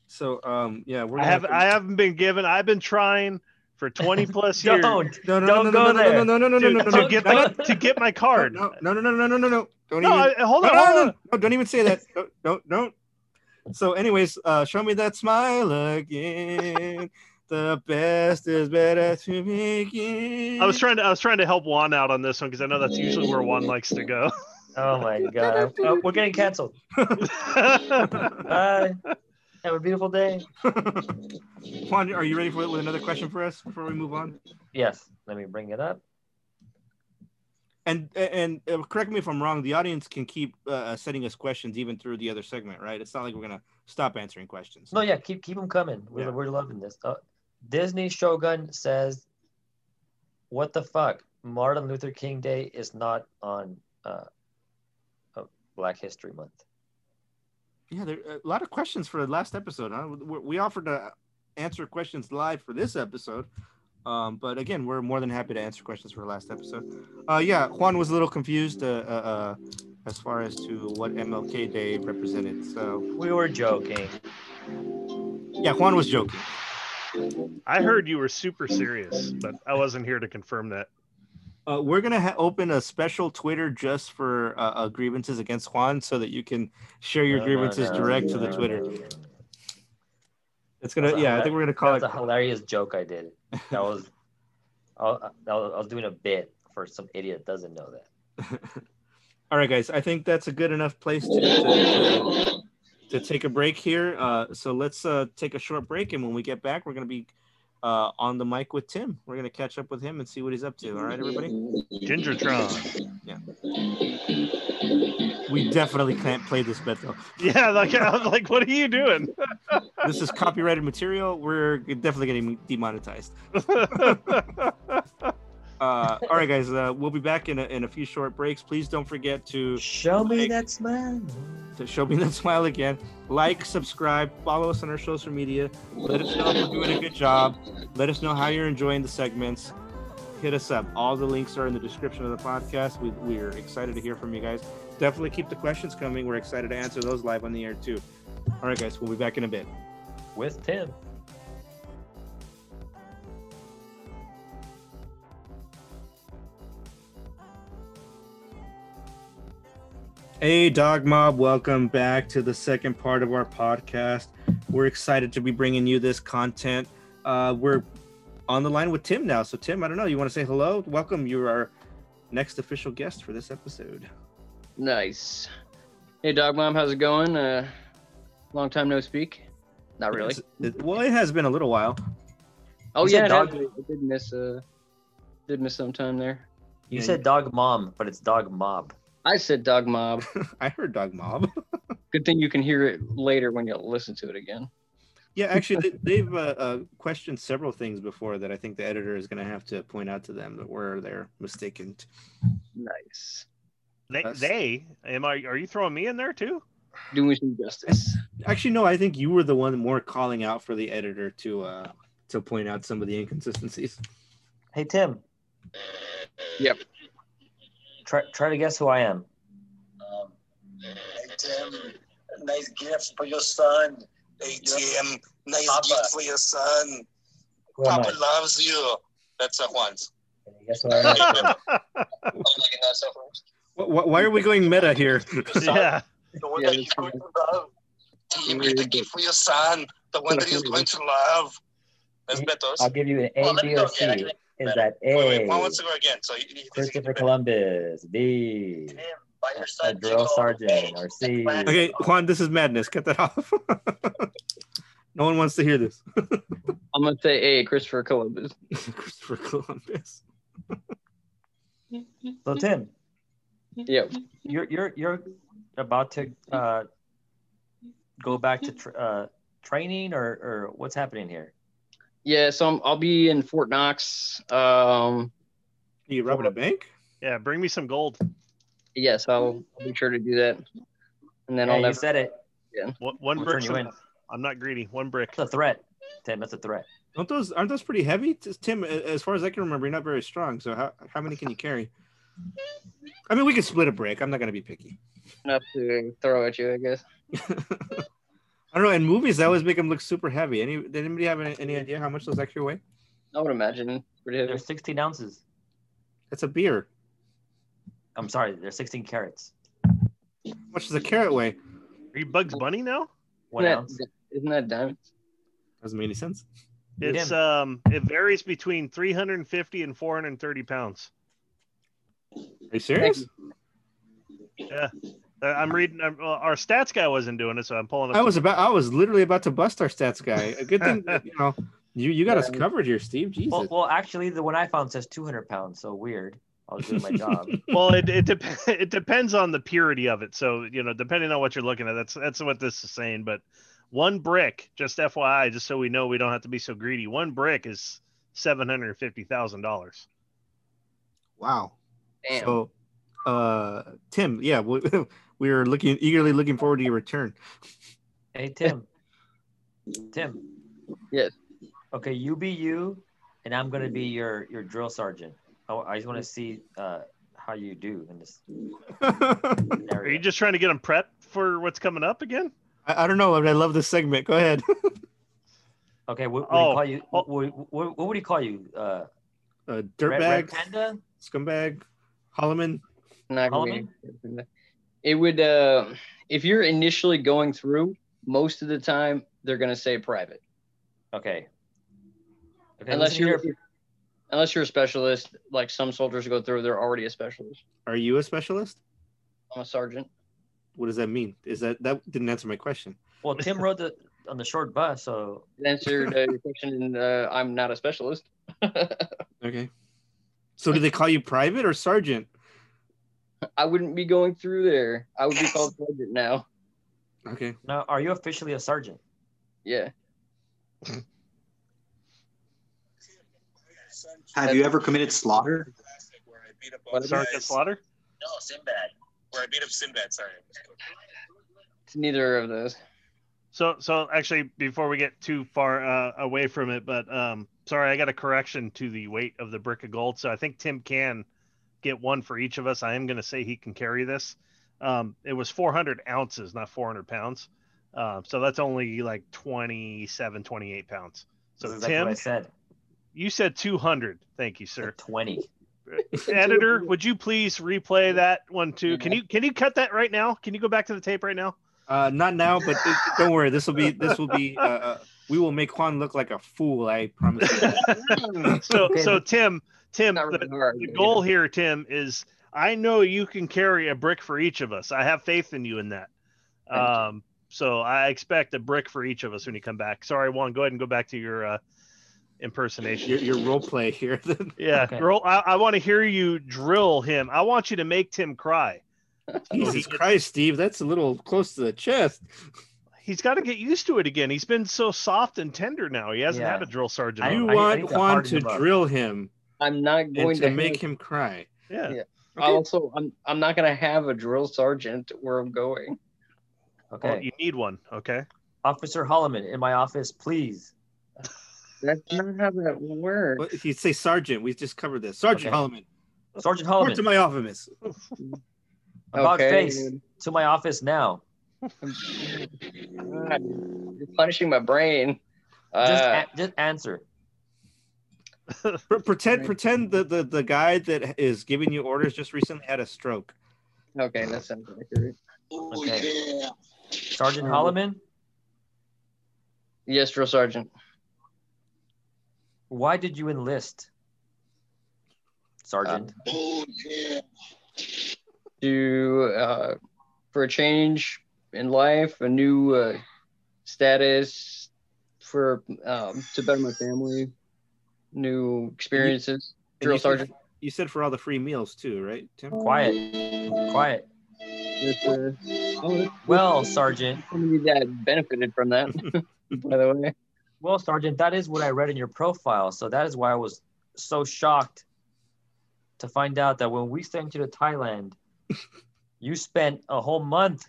Speaker 1: So um yeah, we're
Speaker 4: I
Speaker 1: gonna
Speaker 4: have
Speaker 1: to-
Speaker 4: I haven't been given. I've been trying
Speaker 1: (laughs)
Speaker 4: for 20 plus years
Speaker 5: Don't.
Speaker 1: no no no
Speaker 5: Don't
Speaker 1: no no no no
Speaker 5: go there.
Speaker 1: no no no no no
Speaker 5: Dude,
Speaker 1: no
Speaker 4: to
Speaker 5: don't
Speaker 1: no,
Speaker 4: get
Speaker 5: go
Speaker 4: my,
Speaker 1: no,
Speaker 5: there.
Speaker 4: to get my
Speaker 1: (laughs)
Speaker 4: card.
Speaker 1: no no no no no no no no don't
Speaker 4: No,
Speaker 1: even
Speaker 4: I, hold on,
Speaker 1: no, no,
Speaker 4: hold
Speaker 1: no,
Speaker 4: on.
Speaker 1: no, don't even say that. Don't, don't, don't. So, anyways, uh, show me that smile again. the best is better to begin.
Speaker 4: I was trying to I was trying to help Juan out on this one because I know that's usually where Juan likes to
Speaker 1: (laughs)
Speaker 4: go.
Speaker 5: Oh my god. Oh, we're getting canceled. Bye. Have a beautiful day.
Speaker 1: Juan, are you ready for with another question for us before we move on?
Speaker 5: Yes. Let me bring it up.
Speaker 1: And and uh, correct me if I'm wrong. The audience can keep uh, sending us questions even through the other segment, right? It's not like we're gonna stop answering questions.
Speaker 5: No, yeah, keep keep them coming. We're,
Speaker 1: Yeah.
Speaker 5: we're loving this. Uh, Disney Shogun says, "What the fuck? Martin Luther King Day is not on uh, uh, Black History Month."
Speaker 1: Yeah, there are a lot of questions for the last episode. Huh? We we offered to answer questions live for this episode, um, but again, we're more than happy to answer questions for the last episode. Uh, yeah, Juan was a little confused uh, uh, uh, as far as to what MLK Day represented. So
Speaker 5: We were joking.
Speaker 1: yeah, Juan was joking.
Speaker 4: I heard you were super serious, but I wasn't here to confirm that.
Speaker 1: Uh, we're gonna ha- open a special Twitter just for uh, uh, grievances against Juan, so that you can share your
Speaker 5: No, no,
Speaker 1: grievances
Speaker 5: no,
Speaker 1: direct to
Speaker 5: no,
Speaker 1: the
Speaker 5: no,
Speaker 1: Twitter.
Speaker 5: no, no.
Speaker 1: It's gonna
Speaker 5: That's a
Speaker 1: yeah, I
Speaker 5: hilar-
Speaker 1: think we're gonna call
Speaker 5: That's
Speaker 1: it.
Speaker 5: a hilarious joke I
Speaker 1: (laughs)
Speaker 5: did. That was, I, I, I was I was doing a bit for some idiot that doesn't know that.
Speaker 1: All right, guys. I think that's a good enough place to, to, to take a break here. Uh, so let's uh, take a short break, and when we get back, we're going to be uh, on the mic with Tim. We're going to catch up with him and see what he's up to. All right, everybody.
Speaker 4: Gingertron.
Speaker 1: We definitely can't play this bet though.
Speaker 4: Yeah, like I was like, what are you doing?
Speaker 1: This is copyrighted material. We're definitely getting demonetized. Uh, all right, guys. Uh, we'll be back in a, in a few short breaks. Please don't forget to
Speaker 5: Show
Speaker 1: me
Speaker 5: me that smile.
Speaker 1: to show me that (laughs) smile again. Like, subscribe, follow us on our social media. Let us know if we're doing a good job. Let us know how you're enjoying the segments. Hit us up. All the links are in the description of the podcast. We, we're excited to hear from you guys. Definitely keep the questions coming. We're excited to answer those live on the air too. All right, guys, we'll be back in a bit.
Speaker 5: With Tim.
Speaker 1: Hey, Dog Mob, welcome back to the second part of our podcast. We're excited to be bringing you this content. Uh, we're on the line with Tim now. So, Tim, I don't know, you want to say hello? Welcome. You're our next official guest for this episode.
Speaker 7: Nice. Hey, Dog Mom, how's it going? Uh, long time no speak. Not Oh, really.
Speaker 1: It's- it- well, it has been a little while.
Speaker 7: Oh
Speaker 5: Is that
Speaker 7: yeah,
Speaker 5: dog-
Speaker 7: dog. I did miss uh, did miss some time there.
Speaker 5: You
Speaker 1: Yeah,
Speaker 5: said dog mom, but it's dog mob.
Speaker 7: I said
Speaker 5: (laughs)
Speaker 7: Dog Mob.
Speaker 1: I heard Dog Mob. (laughs)
Speaker 7: Good thing you can hear it later when you listen to it again.
Speaker 1: Yeah, actually, they, they've uh, uh, questioned several things before that I think the editor is going to have to point out to them that were they're mistaken.
Speaker 7: Nice.
Speaker 4: they,
Speaker 1: That's-
Speaker 4: they am I are you throwing me in there too?
Speaker 7: Doing some justice.
Speaker 1: Actually, no, I think you were the one more calling out for the editor to uh, to point out some of the inconsistencies.
Speaker 5: Hey Tim.
Speaker 7: Yep.
Speaker 5: Try try to guess who I am.
Speaker 8: Um, ATM, nice gift for your son. ATM, nice gift for your son.
Speaker 5: Who am I?
Speaker 8: Papa loves you. That's a once.
Speaker 5: Can you guess who I am?
Speaker 1: Wh- wh- Why are we going meta here? (laughs)
Speaker 4: yeah.
Speaker 8: The one
Speaker 7: Yeah,
Speaker 8: that
Speaker 7: that's
Speaker 8: you're going
Speaker 7: right.
Speaker 8: to love. Team,
Speaker 7: Yeah,
Speaker 8: the
Speaker 7: that's
Speaker 8: gift for your son. The one that he's going to love. That's
Speaker 5: Yeah.
Speaker 8: better.
Speaker 5: I'll give you an
Speaker 8: Well,
Speaker 5: A,
Speaker 8: let
Speaker 5: B,
Speaker 8: me
Speaker 5: or
Speaker 8: know.
Speaker 5: C.
Speaker 8: Yeah, I
Speaker 5: Is
Speaker 8: can-
Speaker 5: that
Speaker 8: Wait,
Speaker 5: A?
Speaker 8: wait, Juan wants to go again. So you, you, this is
Speaker 5: Christopher Columbus. B.
Speaker 8: Tim, by your
Speaker 5: A
Speaker 8: side.
Speaker 5: drill sergeant. Or C.
Speaker 1: okay, Juan, this is madness. Cut that off. (laughs) no one wants to hear this. (laughs)
Speaker 7: I'm gonna say, hey, Christopher Columbus.
Speaker 1: Christopher Columbus.
Speaker 5: So Tim,
Speaker 7: Yep.
Speaker 5: you're you're you're about to uh, go back to tr uh, training, or or what's happening here?
Speaker 7: Yeah. So I'm, I'll be in Fort Knox. Um.
Speaker 1: You robbing a bank?
Speaker 4: Yeah, bring me some gold.
Speaker 7: Yes, I'll, I'll be sure to do that. And then
Speaker 5: Yeah,
Speaker 7: I'll
Speaker 5: you
Speaker 7: never.
Speaker 5: said it.
Speaker 4: One, one
Speaker 5: We'll
Speaker 4: brick.
Speaker 5: turn you in.
Speaker 4: I'm not greedy. One brick.
Speaker 5: It's a threat, Tim. That's a threat.
Speaker 1: Don't those aren't those pretty heavy, T- Tim? a- As far as I can remember, you're not very strong. So how, how many can you carry? I mean, we could split a brick. I'm not gonna be picky.
Speaker 7: Enough to throw at you, I guess.
Speaker 1: I don't know. In movies, they always make them look super heavy. Any did anybody have any, any idea how much those actually weigh?
Speaker 7: I would imagine. Pretty
Speaker 5: They're
Speaker 7: heavy.
Speaker 5: 16 ounces.
Speaker 1: That's a beer.
Speaker 5: I'm sorry, they're 16 carats.
Speaker 1: How much does a carrot weigh?
Speaker 4: Are you Bugs Bunny now?
Speaker 5: One
Speaker 7: isn't,
Speaker 5: ounce.
Speaker 7: That, isn't that diamonds?
Speaker 1: Doesn't make any sense.
Speaker 4: It's um, it varies between 350 and 430 pounds.
Speaker 1: Are you serious?
Speaker 4: Uh, I'm reading. I'm, well, our stats guy wasn't doing it, so I'm pulling. Up
Speaker 1: I
Speaker 4: the-
Speaker 1: was about. I was literally about to bust our stats guy. A good (laughs) thing, that, you know, you you got us
Speaker 7: Yeah.
Speaker 1: covered here, Steve. Jesus.
Speaker 5: Well, well, actually, the one I found says 200 pounds, so weird. I was doing my job.
Speaker 4: Well, it it, dep- (laughs) it depends on the purity of it. So you know, depending on what you're looking at, that's that's what this is saying. But one brick, just FYI, just so we know, we don't have to be so greedy. One brick is seven hundred fifty thousand dollars.
Speaker 1: wow.
Speaker 7: Damn.
Speaker 1: So, uh, Tim, yeah, we, (laughs) we are looking eagerly looking forward to your return. (laughs)
Speaker 5: Hey Tim. Tim.
Speaker 7: Yes.
Speaker 5: Okay, you be you, and I'm gonna be your your drill sergeant. I, I just want to see uh, how you do in this
Speaker 1: I,
Speaker 4: Are you
Speaker 5: area.
Speaker 4: just trying to get them prepped for what's coming up again?
Speaker 1: I don't know, but I love this segment. Go ahead. (laughs)
Speaker 5: okay, what would
Speaker 4: Oh.
Speaker 5: you call you? What, would- what, what would he call you? Uh,
Speaker 1: Uh,
Speaker 5: red, red
Speaker 1: dirtbag,
Speaker 5: panda?
Speaker 1: scumbag, Holloman.
Speaker 7: Not gonna be. It would. Uh, if you're initially going through, most of the time they're gonna say private,
Speaker 5: Okay. Okay,
Speaker 7: unless
Speaker 5: listen
Speaker 7: you're. (laughs)
Speaker 5: here.
Speaker 7: Unless you're a specialist, like some soldiers go through, they're already a specialist.
Speaker 1: Are you a specialist?
Speaker 7: I'm a sergeant.
Speaker 1: What does that mean? Is that that didn't answer my question?
Speaker 5: well, Tim rode the on the short bus, so
Speaker 7: To answer uh, your question, uh, I'm not a specialist.
Speaker 1: Okay. So, do they call you private or sergeant?
Speaker 7: I wouldn't be going through there. I would be called sergeant now.
Speaker 1: Okay.
Speaker 5: now are you officially a sergeant?
Speaker 7: Yeah.
Speaker 2: Have you ever committed slaughter?
Speaker 8: Where I beat up all
Speaker 7: What
Speaker 8: the
Speaker 4: Sergeant
Speaker 8: guys.
Speaker 4: Slaughter.
Speaker 8: No, Sinbad. Where I beat up Sinbad, sorry.
Speaker 7: It's neither of those.
Speaker 4: So, so actually, before we get too far uh, away from it, but um, sorry, I got a correction to the weight of the brick of gold. So I think Tim can get one for each of us. I am going to say he can carry this. Um, it was 400 ounces, not 400 pounds. Um, so that's only like 27, 28 pounds. So
Speaker 5: That's exactly what I
Speaker 4: Tim,
Speaker 5: said.
Speaker 4: you said 200. Thank you,
Speaker 7: (laughs)
Speaker 4: sir.
Speaker 5: Twenty.
Speaker 4: Editor, would you please replay that one too? Can you can you cut that right now? Can you go back to the tape right
Speaker 7: (clears throat)
Speaker 4: now?
Speaker 1: Uh, not now, but it- don't worry. This will be. This will be. Uh, uh, we will make Juan look like a fool. I promise. You. (laughs)
Speaker 4: So
Speaker 5: Okay.
Speaker 4: so Tim, Tim,
Speaker 7: Not
Speaker 4: the-
Speaker 7: really hard.
Speaker 4: the goal here, Tim, is I know you can carry a brick for each of us. I have faith in you in that.
Speaker 7: Thank you.
Speaker 4: Um, so I expect a brick for each of us when you come back. Sorry, Juan, go ahead and go back to your uh, impersonation.
Speaker 1: Your, your role play here. (laughs)
Speaker 5: (laughs)
Speaker 4: yeah,
Speaker 5: Okay.
Speaker 4: roll- I, I want to hear you drill him. I want you to make Tim cry.
Speaker 1: Jesus Christ, Steve. That's a little close to the chest.
Speaker 4: He's got to get used to it again. He's been so soft and tender now. He hasn't
Speaker 5: Yeah.
Speaker 4: had a drill sergeant.
Speaker 5: I-
Speaker 4: on
Speaker 1: You
Speaker 4: him.
Speaker 5: I
Speaker 1: want
Speaker 5: need to
Speaker 1: Juan
Speaker 5: harden
Speaker 1: to
Speaker 5: him up.
Speaker 1: drill him
Speaker 7: I'm not
Speaker 1: and
Speaker 7: going
Speaker 1: to
Speaker 7: to
Speaker 1: make him cry.
Speaker 4: yeah.
Speaker 7: Yeah.
Speaker 1: Okay.
Speaker 7: Also, I'm I'm not gonna have a drill sergeant where I'm going.
Speaker 5: Okay.
Speaker 4: Well, you need one. Okay.
Speaker 5: (laughs) Officer Holloman in my office, please.
Speaker 7: That's not how that works.
Speaker 1: Well, if you say sergeant, we just covered this. Sergeant
Speaker 5: Okay.
Speaker 1: Holloman,
Speaker 5: Sergeant
Speaker 1: report to
Speaker 5: Holloman,
Speaker 1: my office.
Speaker 5: about face to my office now.
Speaker 7: God, you're punishing my brain.
Speaker 5: Just,
Speaker 7: Uh,
Speaker 5: a- just answer.
Speaker 1: Pre- Pretend,
Speaker 7: Right.
Speaker 1: pretend the, the the guy that is giving you orders just recently had a stroke.
Speaker 7: okay, that sounds accurate.
Speaker 8: Oh,
Speaker 5: Okay.
Speaker 8: yeah. Oh.
Speaker 5: Sergeant
Speaker 7: Um,
Speaker 5: Holloman,
Speaker 7: Yes, drill sergeant.
Speaker 5: why did you enlist? Sergeant.
Speaker 8: Oh, yeah.
Speaker 7: To uh, for a change in life, a new uh, status, for um, to better my family, new experiences.
Speaker 1: And
Speaker 7: Drill
Speaker 1: you said-
Speaker 7: sergeant.
Speaker 1: you said for all the free meals too, right, Tim?
Speaker 8: Uh,
Speaker 5: quiet. Quiet.
Speaker 7: Just, uh, oh,
Speaker 5: Well, Sergeant.
Speaker 7: somebody that benefited from that, (laughs) by the way.
Speaker 5: Well, Sergeant, that is what I read in your profile. So that is why I was so shocked to find out that when we sent you to Thailand, you spent a whole month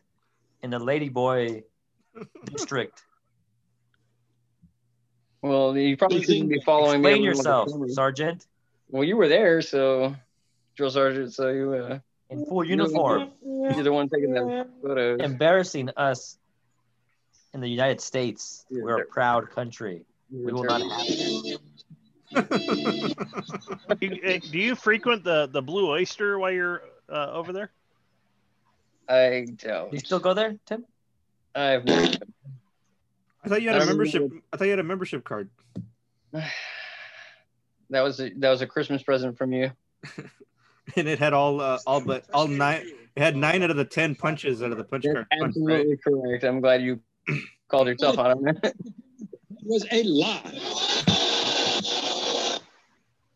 Speaker 5: in
Speaker 1: (laughs)
Speaker 5: the ladyboy district.
Speaker 7: Well, you probably shouldn't be following me.
Speaker 5: Explain
Speaker 7: every month of
Speaker 5: yourself,
Speaker 7: summer.
Speaker 5: Sergeant.
Speaker 7: Well, you were there, so drill sergeant. So you, uh,
Speaker 5: in
Speaker 6: (laughs)
Speaker 5: full uniform,
Speaker 7: you're the one taking the photos.
Speaker 5: embarrassing us in the United States.
Speaker 7: Yeah,
Speaker 5: We're
Speaker 7: they're-
Speaker 5: a proud country. We will not have it.
Speaker 4: You- eh, do you frequent the the Blue Oyster while you're uh, over there?
Speaker 7: I
Speaker 5: You
Speaker 7: don't.
Speaker 5: still go there, Tim?
Speaker 7: I've
Speaker 1: I thought you had a
Speaker 7: Um,
Speaker 1: membership. I thought you had a membership card.
Speaker 7: that was a, that was a Christmas present from you.
Speaker 1: and it had all uh, all but all nine. It had nine out of the ten punches out of the punch
Speaker 7: That's
Speaker 1: card. punch, right?
Speaker 7: absolutely correct. I'm glad you (clears throat) called yourself out on (laughs) that.
Speaker 9: was a lie.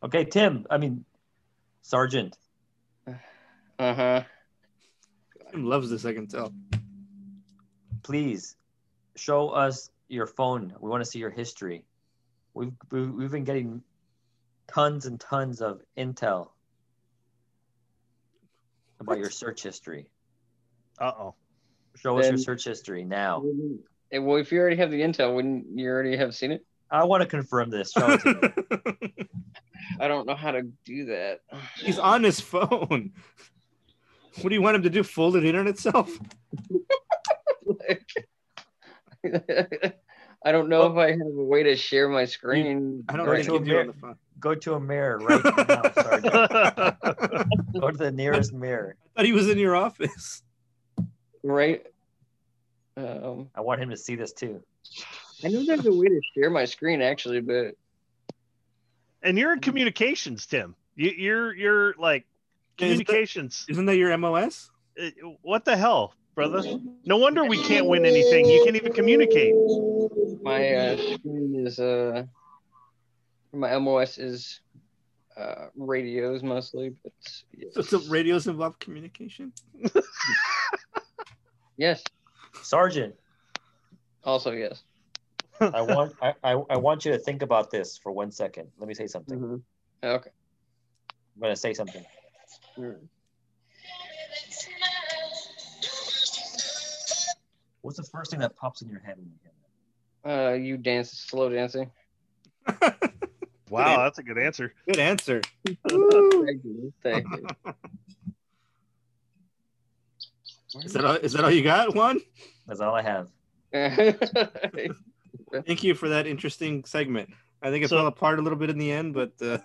Speaker 5: Okay, Tim. I mean, Sergeant.
Speaker 7: Uh huh.
Speaker 1: Tim loves this. I can tell. (laughs)
Speaker 5: please show us your phone. We want to see your history. We've we- we've been getting tons and tons of intel about your search history.
Speaker 4: Uh
Speaker 5: (laughs)
Speaker 4: (laughs) oh.
Speaker 5: Show us your
Speaker 7: Then-
Speaker 5: search history now.
Speaker 7: Well, if you already have the intel, wouldn't you already have seen it?
Speaker 5: I want to confirm this. Show us.
Speaker 7: I don't know how to do that. (laughs)
Speaker 1: He's on his phone. What do you want him to do? Fold it in on itself?
Speaker 7: I don't know if I have a way to share my screen.
Speaker 1: I don't
Speaker 5: Go
Speaker 1: think
Speaker 5: to
Speaker 1: you do it on
Speaker 5: Amer-
Speaker 1: the phone.
Speaker 5: Go to a mirror
Speaker 4: (laughs)
Speaker 5: right now, Sergeant.
Speaker 4: I
Speaker 5: Go to the nearest mirror.
Speaker 1: I thought he was in your office. (laughs)
Speaker 7: Right. Um,
Speaker 5: I want him to see this too.
Speaker 7: I know there's (laughs) a way to share my screen actually, but
Speaker 4: And you're in communications, Tim. You, you're you're like
Speaker 1: Is that-
Speaker 4: communications.
Speaker 1: Isn't that your MOS?
Speaker 4: Eh, What the hell, brother? No wonder we can't win anything. You can't even communicate.
Speaker 7: my uh, screen is uh, my MOS is uh, radios mostly. But
Speaker 1: (laughs) So, so radios involve communication.
Speaker 7: yes,
Speaker 5: Sergeant,
Speaker 7: also yes.
Speaker 5: I want I, I, I want you to think about this for one second. Let me say something.
Speaker 4: Mm-hmm.
Speaker 7: Okay.
Speaker 5: I'm gonna say something. What's the first thing that pops in your head when you hear that?
Speaker 7: Uh, you dance slow dancing.
Speaker 4: Wow, that's a good answer.
Speaker 1: Good answer.
Speaker 7: Thank you. Thank
Speaker 1: (laughs)
Speaker 7: you. (laughs)
Speaker 1: Is that all, is that all you got, Juan?
Speaker 5: That's all I have.
Speaker 1: Thank you for that interesting segment. I think it
Speaker 4: So-
Speaker 1: fell apart a little bit in the end, but uh,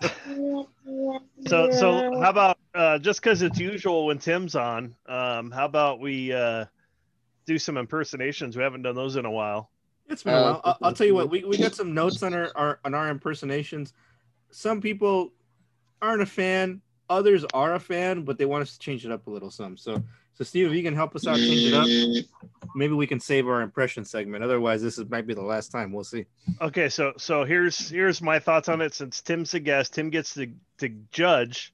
Speaker 4: So so how about uh, just because it's usual when Tim's on? Um, how about we uh, do some impersonations? We haven't done those in a while.
Speaker 1: It's been a
Speaker 7: Uh,
Speaker 1: while. I'll, I'll tell you what. We, we got some notes on our, our on our impersonations. Some people aren't a fan. Others are a fan, but they want us to change it up a little. Some. So so Steve, if you can help us out, change it up. Maybe we can save our impression segment. Otherwise, this is, might be the last time. We'll see.
Speaker 4: Okay, so so here's here's my thoughts on it. Since Tim's a guest, Tim gets to to judge.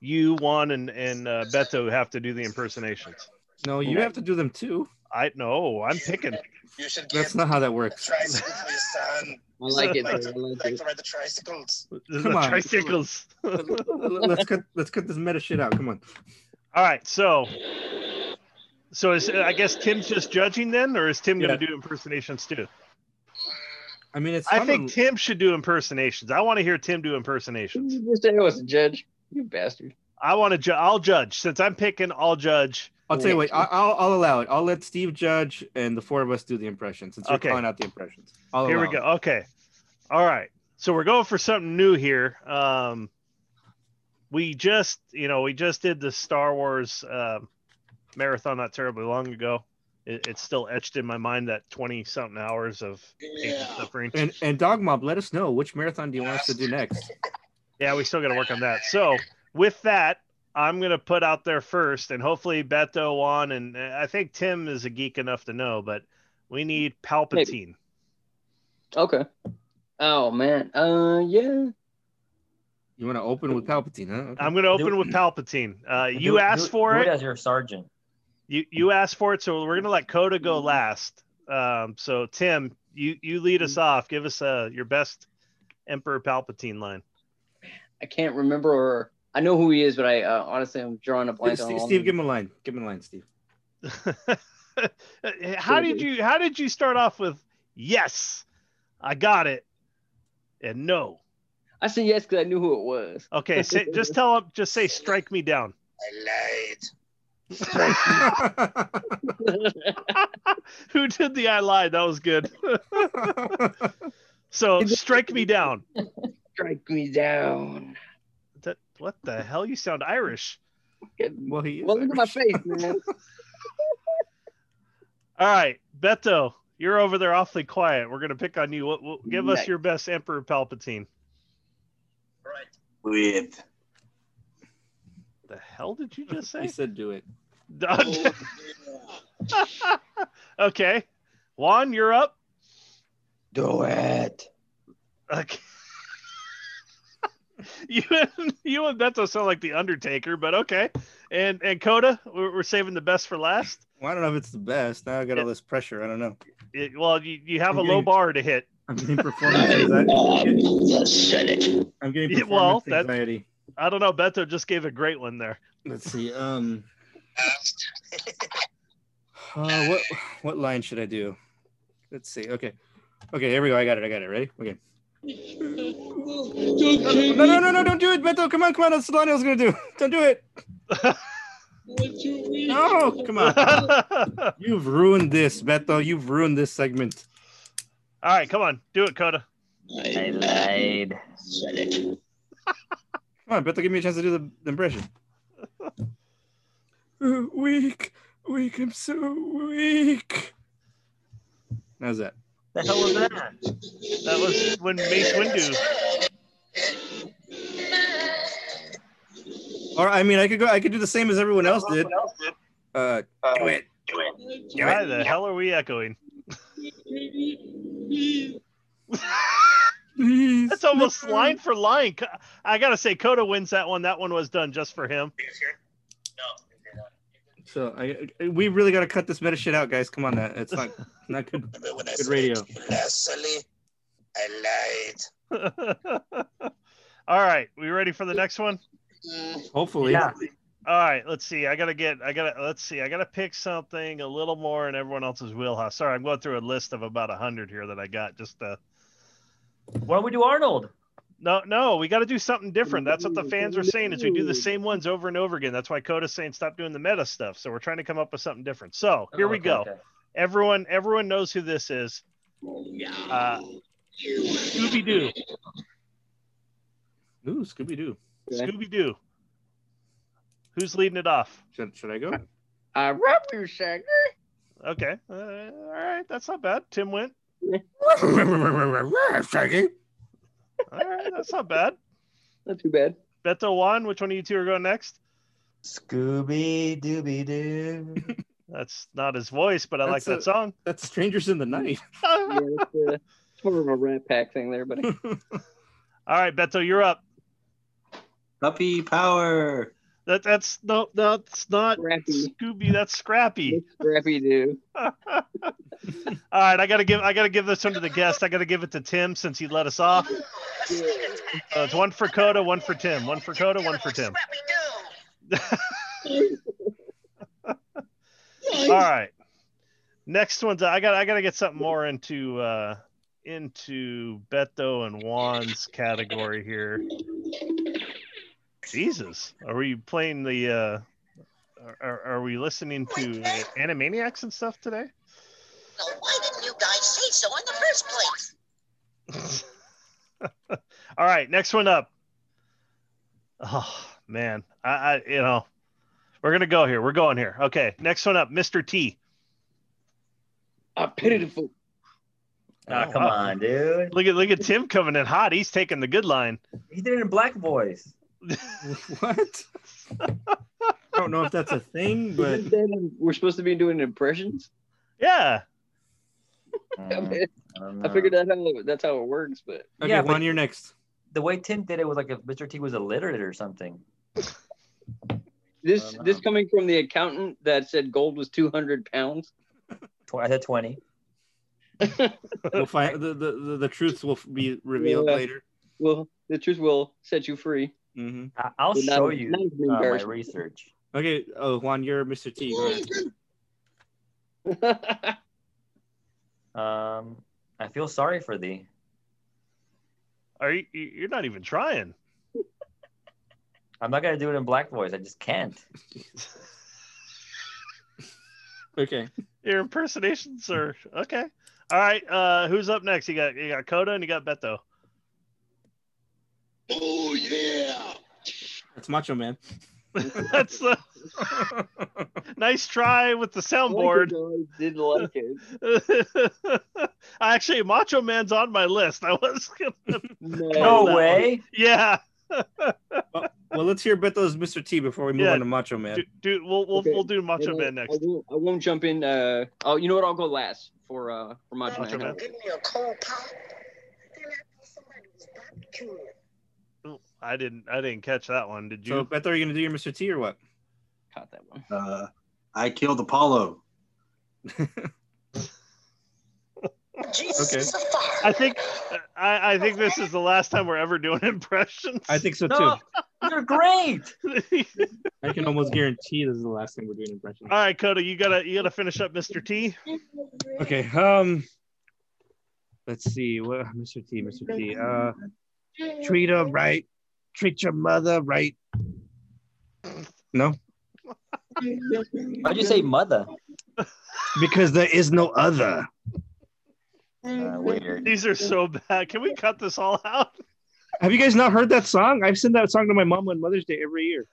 Speaker 4: You, Juan, and and uh, Beto have to do the impersonations.
Speaker 1: No, you have to do them too.
Speaker 4: I know I'm picking.
Speaker 8: You should get
Speaker 1: That's not how that
Speaker 4: (laughs)
Speaker 1: works.
Speaker 8: tricycle for your son.
Speaker 7: I like it. Though. I like
Speaker 8: Like
Speaker 7: it.
Speaker 8: to ride the tricycles.
Speaker 4: the
Speaker 1: Come on.
Speaker 4: tricycles.
Speaker 1: let's cut let's cut this meta shit out. Come on.
Speaker 4: All right, so so is I guess Tim's just judging then, or is Tim going to do impersonations too?
Speaker 1: I mean, it's.
Speaker 4: I
Speaker 1: fun
Speaker 4: think
Speaker 1: to-
Speaker 4: Tim should do impersonations. I want to hear Tim do impersonations.
Speaker 7: You just say I was a judge. You bastard.
Speaker 4: I want to. Ju- I'll judge since I'm picking. I'll judge.
Speaker 1: I'll tell you what. I- I'll, I'll allow it. I'll let Steve judge, and the four of us do the impressions. Since you're
Speaker 4: Okay.
Speaker 1: calling out the impressions. I'll
Speaker 4: Here we
Speaker 1: allow
Speaker 4: go.
Speaker 1: it.
Speaker 4: Okay. All right. So we're going for something new here. Um, we just, you know, we just did the Star Wars um marathon not terribly long ago. It, it's still etched in my mind that twenty something hours of pain and suffering.
Speaker 1: And and Dog Mob, let us know which marathon do you want us to do next.
Speaker 4: Yeah, we still got to work on that. So with that, I'm gonna put out there first, and hopefully Beto on, and uh, I think Tim is a geek enough to know, but we need Palpatine.
Speaker 7: Okay. Oh man. Uh yeah.
Speaker 1: You want to open with Palpatine, huh? Okay.
Speaker 4: I'm gonna
Speaker 5: Do-
Speaker 4: open with Palpatine. Uh, you
Speaker 5: Do-
Speaker 4: asked
Speaker 5: do-
Speaker 4: for
Speaker 5: do
Speaker 4: it.
Speaker 5: as your sergeant.
Speaker 4: You you asked for it, so we're gonna let Coda go last. Um, so Tim, you you lead us off. Give us uh, your best Emperor Palpatine line. (laughs)
Speaker 7: I can't remember or I know who he is, but I uh, honestly I'm drawing a blank on
Speaker 1: Steve,
Speaker 7: all
Speaker 1: Steve,
Speaker 7: of
Speaker 1: give
Speaker 7: them.
Speaker 1: him a line. Give him a line, Steve. (laughs)
Speaker 4: how did you how did you start off with yes, I got it, and no.
Speaker 7: I said yes because I knew who it was.
Speaker 4: Okay, (laughs) say, just tell him. Just say, "Strike me down."
Speaker 8: I lied.
Speaker 4: (laughs) Who did the I lied? That was good. (laughs) so strike me down.
Speaker 7: Strike me down.
Speaker 4: That, what the hell? You sound Irish.
Speaker 1: well, he is
Speaker 7: Well, look at my face,
Speaker 5: (laughs)
Speaker 7: man.
Speaker 4: All right, Beto, you're over there awfully quiet. We're gonna pick on you. What, what, give us
Speaker 7: Nice.
Speaker 4: your best Emperor Palpatine.
Speaker 8: Right.
Speaker 2: With
Speaker 4: The hell did you just
Speaker 1: He
Speaker 4: (laughs) say?
Speaker 1: said, "Do it."
Speaker 4: (laughs) okay, Juan, you're up.
Speaker 7: Do it.
Speaker 4: Okay. (laughs) you and you and Beto sound like the Undertaker, but okay. And and Coda, we're, we're saving the best for last.
Speaker 1: Well, I don't know if it's the best. Now I got all this pressure. I don't know.
Speaker 4: It- well, you, you have a
Speaker 1: I'm
Speaker 4: low
Speaker 1: getting-
Speaker 4: bar to hit.
Speaker 1: I'm getting performance
Speaker 9: I love
Speaker 1: anxiety.
Speaker 9: the Senate.
Speaker 1: I'm getting
Speaker 4: Yeah, well,
Speaker 1: performance
Speaker 4: that's-
Speaker 1: anxiety.
Speaker 4: I don't know. Beto just gave a great one there.
Speaker 1: Let's see. Um, uh, what what line should I do? Let's see. Okay, okay. Here we go. I got it. I got it. Ready? Okay. No, no, no, no! Don't do it, Beto. Come on, come on. That's what Lionel's gonna do. (laughs) Don't do it. No, come on.
Speaker 4: (laughs) All
Speaker 1: You've ruined this, Beto. You've ruined this segment.
Speaker 4: right, come on, do it, Coda.
Speaker 9: I
Speaker 5: I
Speaker 9: love
Speaker 5: lied.
Speaker 9: the Senate.
Speaker 1: Come on, Beto. Give me a chance to do the, the impression. Uh, (laughs) weak, weak. I'm so weak. How's that?
Speaker 5: The hell was that?
Speaker 4: That was when Mace Windu.
Speaker 1: Or I mean, I could go. I could do the same as everyone else did. Uh, do it.
Speaker 4: Why the hell are we echoing?
Speaker 1: Please.
Speaker 4: That's almost line for line. Co- I gotta say, Coda wins that one. That one was done just for him. (laughs)
Speaker 1: So I, I- we really got to cut this meta shit out, guys. Come on, that it's not not
Speaker 8: (laughs)
Speaker 1: good. Good radio.
Speaker 8: Leslie, I lied.
Speaker 4: All right, we ready for the next one?
Speaker 1: Hopefully,
Speaker 5: Yeah.
Speaker 4: All right, let's see. I gotta get. I gotta. Let's see. I gotta pick something a little more in everyone else's wheelhouse. Sorry, I'm going through a list of about hundred here that I got. Just uh,
Speaker 5: Why don't we do Arnold?
Speaker 4: no, no. We got to do something different. That's what the fans are saying. Is we do the same ones over and over again. That's why Coda's saying stop doing the meta stuff. So we're trying to come up with something different. So here we
Speaker 5: Oh, Okay,
Speaker 4: go.
Speaker 5: okay.
Speaker 4: Everyone, everyone knows who this is. Uh, Scooby Doo.
Speaker 1: Ooh, Scooby Doo.
Speaker 7: Okay.
Speaker 4: Scooby Doo. Who's leading it off?
Speaker 1: Should, should I (laughs) go?
Speaker 7: I rap you, Shaggy.
Speaker 4: Okay. Uh, all right. That's not bad. Tim went.
Speaker 1: Shaggy.
Speaker 4: All right. That's not
Speaker 7: (laughs)
Speaker 4: bad.
Speaker 7: Not too bad.
Speaker 4: Beto Juan, which one of you two are going next?
Speaker 5: Scooby
Speaker 4: (laughs)
Speaker 5: Dooby Doo.
Speaker 4: That's not his voice, but I like that
Speaker 1: That's
Speaker 4: song.
Speaker 1: That's Strangers in the Night.
Speaker 7: Yeah, that's, uh, it's more of a rat pack thing there, buddy.
Speaker 5: (laughs)
Speaker 4: All right, Beto, you're up.
Speaker 2: puppy power.
Speaker 4: That that's no that's not
Speaker 7: Scrappy.
Speaker 4: Scooby, that's Scrappy.
Speaker 7: Scrappy do.
Speaker 4: All right, I gotta give I gotta give this one to the guest. I gotta give it to Tim since he let us off. So Uh, it's one for Coda, one for Tim, one for Coda, one for Tim. All right, next one's I got I gotta get something more into uh into Beto and Juan's category here. Jesus, are we playing the? uh are- Are, are we listening to uh, Animaniacs and stuff today?
Speaker 6: So why didn't you guys say so in the first place?
Speaker 4: All right, next one up. Oh man, I, I you know, we're gonna go here. We're going here. Okay, next one up, Mr. T.
Speaker 7: I pity the fool.
Speaker 5: Ah,
Speaker 4: Oh,
Speaker 5: come
Speaker 4: wow.
Speaker 5: on, dude.
Speaker 4: Look at look at Tim coming in hot. He's taking the good line.
Speaker 5: He did it in black voice.
Speaker 1: (laughs) what? I don't know if that's a thing, but
Speaker 7: Isn't that in- We're supposed to be doing impressions.
Speaker 4: Yeah.
Speaker 7: I,
Speaker 5: Mm,
Speaker 7: mean,
Speaker 5: don't
Speaker 7: I figured
Speaker 5: know.
Speaker 7: that how, that's how it works, but
Speaker 1: okay,
Speaker 5: Yeah, but-
Speaker 1: Juan, you're next.
Speaker 5: the way Tim did it was like if Mr. T was illiterate or something.
Speaker 7: this
Speaker 5: Wow.
Speaker 7: this coming from the accountant that said gold was two hundred pounds.
Speaker 5: Tw- I said twenty.
Speaker 1: We'll find the the, the, the truths will be revealed
Speaker 7: Yeah.
Speaker 1: later.
Speaker 7: Well, the truth will set you free.
Speaker 1: hmm
Speaker 5: I- I'll
Speaker 7: But Uh, not-
Speaker 5: show you
Speaker 7: not even
Speaker 5: uh, my
Speaker 7: embarrassing.
Speaker 5: research.
Speaker 1: Okay, oh Juan, you're Mr. T. Go ahead.
Speaker 7: (laughs)
Speaker 5: Um, I feel sorry for thee.
Speaker 4: Are you? You're not even trying.
Speaker 5: I'm not gonna do it in black voice. I just can't.
Speaker 1: Okay.
Speaker 4: Your impersonations are okay. All right. Uh, who's up next? You got you got Coda and you got Beto. (laughs)
Speaker 9: Oh yeah.
Speaker 1: That's Macho Man.
Speaker 4: That's the nice try with the soundboard.
Speaker 7: Didn't like
Speaker 5: (laughs)
Speaker 7: it.
Speaker 4: (laughs) Actually, Macho Man's on my list. I was gonna, (laughs)
Speaker 7: No,
Speaker 5: No
Speaker 4: that one.
Speaker 5: way.
Speaker 4: yeah,
Speaker 1: Well, let's hear Beto's Mr. T before we move
Speaker 4: Yeah.
Speaker 1: on to Macho Man.
Speaker 4: dude, dude, we'll we'll,
Speaker 7: Okay,
Speaker 4: we'll do Macho
Speaker 7: Then I-
Speaker 4: Man
Speaker 7: I
Speaker 4: next.
Speaker 7: won't, I won't jump in. Uh, oh, you know what? I'll go last for uh for Macho,
Speaker 4: Macho
Speaker 7: Man.
Speaker 4: Man.
Speaker 6: Give me a cold pop. Then I thought somebody was barbecuing.
Speaker 4: I didn't I didn't catch that one. Did
Speaker 1: So,
Speaker 4: you?
Speaker 1: Beto, are you gonna do your Mr. T or what?
Speaker 7: Caught that one.
Speaker 2: Uh, I killed Apollo.
Speaker 6: Jesus, okay.
Speaker 4: I think I I think this is the last time we're ever doing (laughs) impressions.
Speaker 1: I
Speaker 4: (laughs)
Speaker 1: think so too.
Speaker 5: No,
Speaker 7: (laughs)
Speaker 5: you're great.
Speaker 4: All
Speaker 1: I can almost guarantee this is the last thing we're doing impression.
Speaker 4: right, Coda, you gotta you gotta finish up Mr. T.
Speaker 1: Okay. Um. Let's see. What Mr. T? Mr. T. Uh. Treat her right. Treat your mother right. No,
Speaker 5: (laughs) Why'd you say mother?
Speaker 1: because there is no other.
Speaker 5: Uh, weird.
Speaker 4: These are so bad. Can we cut this all out?
Speaker 1: Have you guys not heard that song? I've sent that song to my mom on Mother's Day every year.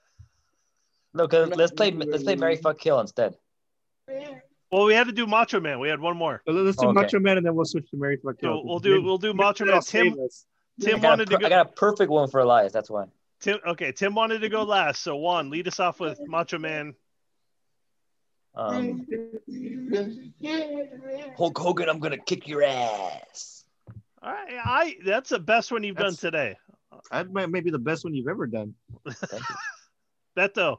Speaker 5: No, 'cause let's play let's play Mary Fuck Kill instead.
Speaker 4: Well, we had to do Macho Man. We had one more.
Speaker 1: But let's do
Speaker 5: Okay.
Speaker 1: Macho Man, and then we'll switch to Mary Fuck
Speaker 4: So
Speaker 1: Kill.
Speaker 4: we'll do we'll do Macho Man. Tim
Speaker 5: I
Speaker 4: Tim
Speaker 5: got, a
Speaker 4: wanted to
Speaker 5: per-
Speaker 4: go.
Speaker 5: I got a perfect one for Elias. That's why.
Speaker 4: Tim, okay, Tim wanted to go last. So Juan, lead us off with Macho Man.
Speaker 7: Mm.
Speaker 5: Um, Hulk Hogan, I'm gonna kick your ass.
Speaker 4: All right, I that's the best one you've
Speaker 1: That's-
Speaker 4: done today.
Speaker 1: That might may be the best one you've ever done.
Speaker 4: Beto,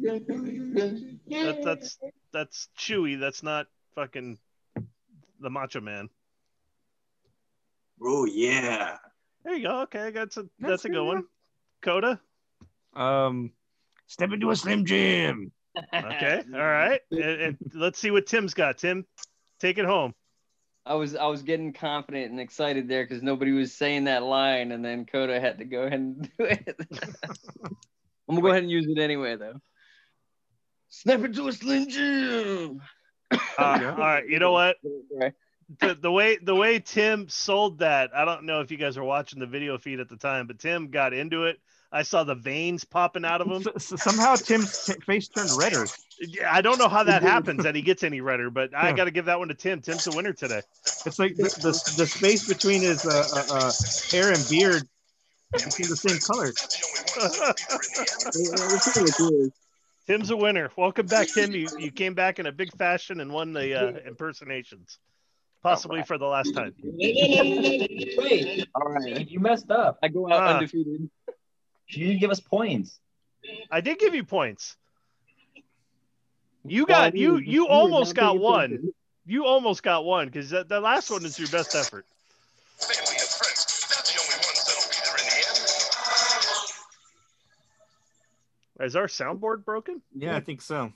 Speaker 4: that,
Speaker 6: (laughs)
Speaker 4: that's that's Chewy. That's not fucking the Macho Man.
Speaker 2: Oh yeah.
Speaker 4: There you go. Okay, that's a that's a good one. Coda.
Speaker 1: Um, step into a Slim Jim.
Speaker 4: (laughs) Okay. All right. And, and let's see what Tim's got. Tim, take it home.
Speaker 7: I was I was getting confident and excited there because nobody was saying that line, and then Coda had to go ahead and do it. (laughs) I'm gonna go ahead and use it anyway, though. Snap it to a slim jim.
Speaker 4: Uh, all right. You know what?
Speaker 7: Right.
Speaker 4: the, the way the way Tim sold that, I don't know if you guys were watching the video feed at the time, but Tim got into it. I saw the veins popping out of him. (laughs)
Speaker 1: somehow Tim's t- face turned redder.
Speaker 4: Yeah, I don't know how that happens that he gets any redder, but I
Speaker 1: Yeah.
Speaker 4: got to give that one to Tim. Tim's the winner today.
Speaker 1: It's like the, the, the space between his uh, uh, uh, hair and beard became the same color.
Speaker 4: Tim's a winner. Welcome back, Tim. You, you came back in a big fashion and won the uh, impersonations,
Speaker 7: Oh,
Speaker 4: possibly for the last time.
Speaker 5: Wait,
Speaker 7: All right.
Speaker 5: you messed up.
Speaker 7: I go out
Speaker 4: Ah.
Speaker 7: undefeated.
Speaker 5: You didn't give us points.
Speaker 4: I did give you points. You
Speaker 7: Well, I
Speaker 4: got you
Speaker 7: mean,
Speaker 4: you
Speaker 7: were
Speaker 4: almost
Speaker 7: not
Speaker 4: got
Speaker 7: paying
Speaker 4: one.
Speaker 7: attention.
Speaker 4: You almost got one because that the last one is your best effort. Is our soundboard broken?
Speaker 1: Yeah, I think so.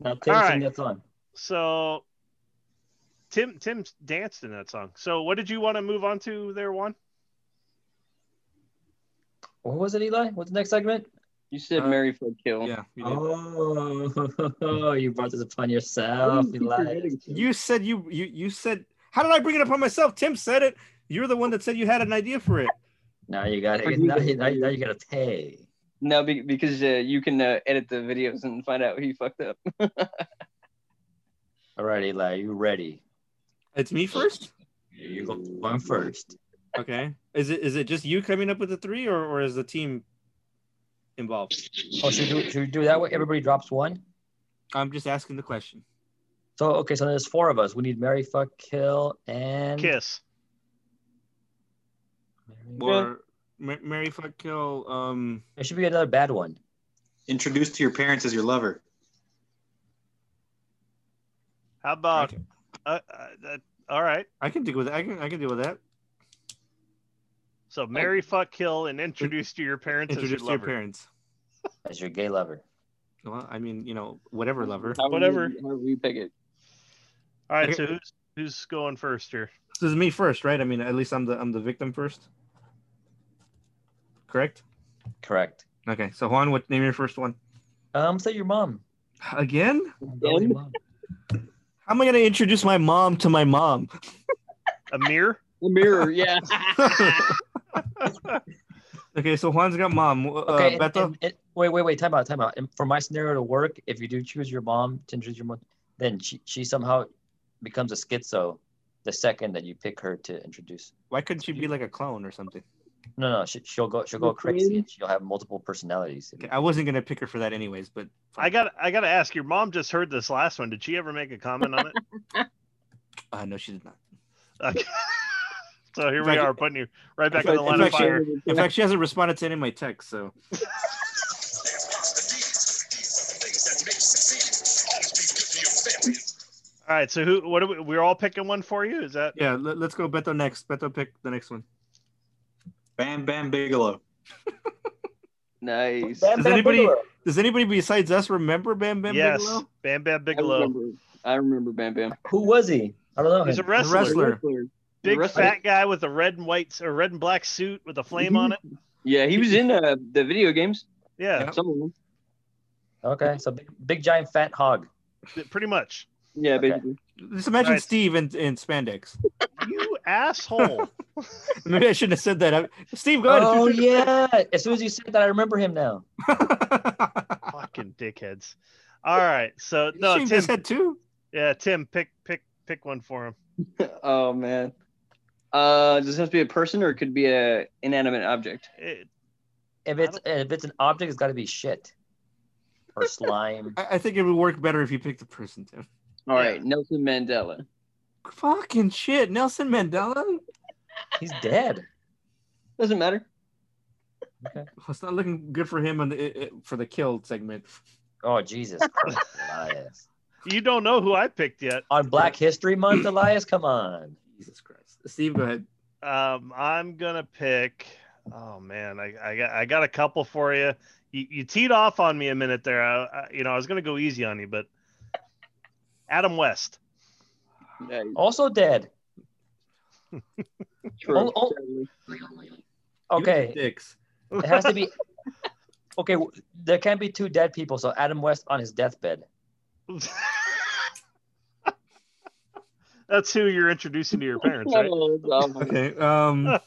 Speaker 5: Now Tim
Speaker 4: All
Speaker 5: sing
Speaker 4: right.
Speaker 5: that song.
Speaker 4: So Tim Tim danced in that song. So what did you want to move on to there, Juan?
Speaker 5: What was it, Eli? What's the next segment?
Speaker 7: You said
Speaker 1: Uh,
Speaker 7: Mary Fuck Kill.
Speaker 1: Yeah. You, did.
Speaker 5: Oh, (laughs) you brought this upon
Speaker 7: How
Speaker 5: yourself,
Speaker 7: do you keep
Speaker 5: Eli.
Speaker 7: forgetting stuff?
Speaker 1: you said you, you you said how did I bring it upon myself? Tim said it. You're the one that said you had an idea for it.
Speaker 5: Now you got
Speaker 7: Forget
Speaker 5: it. Now,
Speaker 7: it.
Speaker 5: you- now, you- now you got to pay.
Speaker 7: No, be- because uh, you can uh, edit the videos and find out who you fucked up.
Speaker 5: All right, Eli, you ready?
Speaker 1: It's me first.
Speaker 5: You go going first.
Speaker 1: Okay. Is it is it just you coming up with the three, or or is the team involved?
Speaker 5: Oh, should we do, should we do it that way? Everybody drops one.
Speaker 1: I'm just asking the question.
Speaker 5: So okay, so there's four of us. We need Mary, fuck, kill,
Speaker 1: Um,
Speaker 5: and
Speaker 4: Kiss.
Speaker 5: Mary-
Speaker 1: Or Ma- Mary fuck kill. Um.
Speaker 5: There should be another bad one.
Speaker 2: Introduced to your parents as your lover.
Speaker 4: How about uh, uh, that, all right?
Speaker 1: I can deal with that. I can I can deal with that.
Speaker 4: So marry, fuck, kill, and introduce to your parents as your
Speaker 1: Introduce to your
Speaker 4: lover.
Speaker 1: parents.
Speaker 5: As your gay lover.
Speaker 1: Well, I mean, you know, whatever lover.
Speaker 7: How
Speaker 4: Whatever.
Speaker 7: We, how we pick it.
Speaker 4: All right, so who's who's going first here?
Speaker 1: This is me first, right? I mean, at least I'm the I'm the victim first. Correct.
Speaker 5: Correct.
Speaker 1: Okay. So Juan, what name your first one
Speaker 5: Um, say your mom.
Speaker 1: again?
Speaker 5: That was your mom.
Speaker 1: How am I gonna introduce my mom to my mom?
Speaker 4: Amir.
Speaker 7: The mirror, yeah.
Speaker 1: (laughs)
Speaker 7: (laughs)
Speaker 1: Okay. So Juan's got mom. Uh,
Speaker 5: Okay. and-
Speaker 1: Beto.
Speaker 5: and it- wait, wait, wait. Time out. Time out. And for my scenario to work, if you do choose your mom to introduce your mom, then she, she somehow becomes a schizo the second that you pick her to introduce.
Speaker 1: Why couldn't she be like a clone or something?
Speaker 5: No, no. She, she'll go. She'll go crazy. And she'll have multiple personalities.
Speaker 1: Okay, I wasn't gonna pick her for that anyways, but
Speaker 4: I got I got to ask. Your mom just heard this last one. Did she ever make a comment on it?
Speaker 1: uh, no, she did not.
Speaker 4: Okay. so here
Speaker 1: In
Speaker 4: we
Speaker 1: fact-
Speaker 4: are putting you right back
Speaker 1: in
Speaker 4: on
Speaker 1: fact-
Speaker 4: the
Speaker 1: in
Speaker 4: line of
Speaker 1: fact, she-
Speaker 4: fire.
Speaker 1: In fact, she hasn't responded to any of my texts. So
Speaker 4: All right. So who? What are we? We're all picking one for you. Is that?
Speaker 1: yeah, let, us go Beto next. Beto pick the next one.
Speaker 2: Bam Bam Bigelow.
Speaker 7: nice.
Speaker 1: Does anybody does anybody besides us remember Bam Bam
Speaker 4: yes.
Speaker 1: Bigelow?
Speaker 4: Bam Bam
Speaker 7: I
Speaker 4: Bigelow.
Speaker 7: remember, I remember Bam Bam.
Speaker 5: Who was he? I don't know.
Speaker 4: He's a
Speaker 5: him.
Speaker 1: The
Speaker 4: wrestler.
Speaker 1: wrestler.
Speaker 4: Big
Speaker 7: wrestler.
Speaker 4: fat guy with a red and white or red and black suit with a flame on it.
Speaker 7: Yeah, he was in uh, the video games.
Speaker 4: Yeah.
Speaker 7: Some of them.
Speaker 5: Okay. So big, big giant fat hog.
Speaker 4: Pretty much.
Speaker 7: Yeah,
Speaker 5: Okay.
Speaker 7: basically. (laughs)
Speaker 1: Just imagine
Speaker 4: Right.
Speaker 1: Steve in, in spandex. (laughs)
Speaker 4: You asshole.
Speaker 1: Maybe I shouldn't have said that. I- Steve, go ahead.
Speaker 5: Oh yeah. As soon as you said that, I remember him now.
Speaker 1: (laughs)
Speaker 4: Fucking dickheads. All right. So
Speaker 1: no,
Speaker 4: Oh, no, Tim.
Speaker 1: said too.
Speaker 4: Yeah, Tim. Pick pick pick one for him.
Speaker 7: Oh man. Uh, does this have to be a person or it could be a inanimate object?
Speaker 4: It-
Speaker 5: If it's if it's an object, it's got to be shit
Speaker 1: (laughs)
Speaker 5: or slime.
Speaker 1: I, I think it would work better if you picked the person, Tim.
Speaker 7: All
Speaker 4: Yeah.
Speaker 7: right, Nelson Mandela.
Speaker 1: Fucking shit, Nelson Mandela. Oh,
Speaker 5: He's dead.
Speaker 7: Doesn't matter.
Speaker 1: Well, it's not looking good for him on the, it, it- for the killed segment.
Speaker 5: Oh Jesus Christ, Elias.
Speaker 4: you don't know who I picked yet.
Speaker 5: On Black History Month, Elias, come on.
Speaker 1: Jesus Christ, Steve, go ahead.
Speaker 4: Um, I'm gonna pick. Oh man, I, I got I got a couple for you. You, you teed off on me a minute there. I, I, you know, I was gonna go easy on you, but Adam West.
Speaker 7: Yeah,
Speaker 5: Also dead.
Speaker 7: true.
Speaker 5: Oh, oh.
Speaker 7: Sadly.
Speaker 1: You
Speaker 5: Okay,
Speaker 1: dicks.
Speaker 5: it has to be. (laughs) Okay, w- there can't be two dead people. So Adam West on his deathbed.
Speaker 4: (laughs) That's who you're introducing to your parents,
Speaker 7: (laughs)
Speaker 4: right?
Speaker 7: Oh, that's awful.
Speaker 1: (laughs) Okay.
Speaker 4: (laughs)
Speaker 1: Um,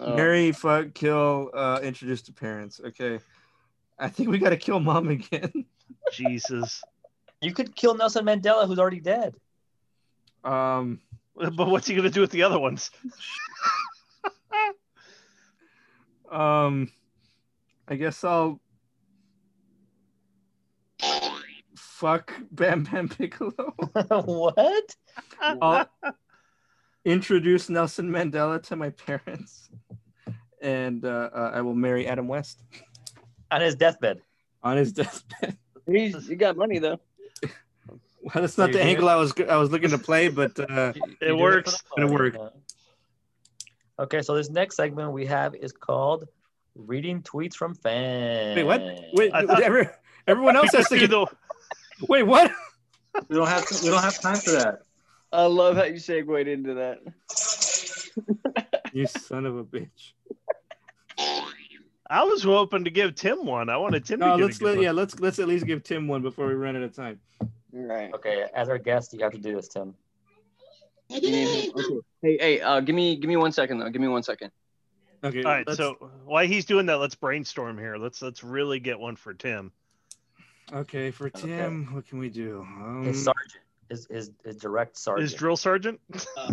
Speaker 7: Oh,
Speaker 1: Mary, fuck, kill, uh, introduce to parents. Okay. I think we gotta kill mom (laughs) again.
Speaker 4: Jesus.
Speaker 5: You could kill Nelson Mandela, who's already dead. (laughs)
Speaker 1: Um,
Speaker 4: But what's he gonna do with the
Speaker 1: (laughs)
Speaker 4: other ones?
Speaker 1: um, I guess I'll fuck Bam Bam
Speaker 4: (laughs)
Speaker 1: Piccolo.
Speaker 5: what?
Speaker 1: I'll introduce Nelson Mandela to my parents, and uh, uh, I will marry Adam West
Speaker 5: On his deathbed.
Speaker 1: on his (laughs) deathbed.
Speaker 7: He's he got money though.
Speaker 1: Well, that's
Speaker 5: So
Speaker 1: not
Speaker 5: you're
Speaker 1: the
Speaker 5: doing
Speaker 1: angle I was I was looking to play, but
Speaker 4: (laughs)
Speaker 1: uh,
Speaker 5: You- you
Speaker 4: It
Speaker 5: do for
Speaker 4: works.
Speaker 5: the
Speaker 1: It
Speaker 5: fun,
Speaker 1: worked.
Speaker 5: yeah. Okay, so this next segment we have is called "Reading Tweets from Fans."
Speaker 1: wait, what? Wait,
Speaker 4: I thought-
Speaker 1: every,
Speaker 4: (laughs)
Speaker 1: everyone else has
Speaker 4: Just
Speaker 1: to
Speaker 4: do
Speaker 1: get.
Speaker 4: the,
Speaker 1: Wait, what?
Speaker 2: We don't have we don't have time for that.
Speaker 7: I love how you segued into that.
Speaker 1: You son of a bitch.
Speaker 4: I was hoping to give Tim one. I wanted Tim
Speaker 1: No,
Speaker 4: to get
Speaker 1: Oh, let's
Speaker 4: a good
Speaker 1: let,
Speaker 4: one.
Speaker 1: yeah, let's let's at least give Tim one before we run out of time.
Speaker 7: Right.
Speaker 5: Okay, as our guest, you have to do this, Tim.
Speaker 7: You need him. Okay. Hey, hey, uh, give me give me one second though. Give me one second.
Speaker 1: Okay.
Speaker 4: All right,
Speaker 1: let's-
Speaker 4: so while he's doing that, let's brainstorm here. Let's let's really get one for Tim.
Speaker 1: okay for
Speaker 5: Okay.
Speaker 1: Tim, what can we do? Um,
Speaker 5: His sergeant, his his, his direct sergeant.
Speaker 4: Is drill sergeant?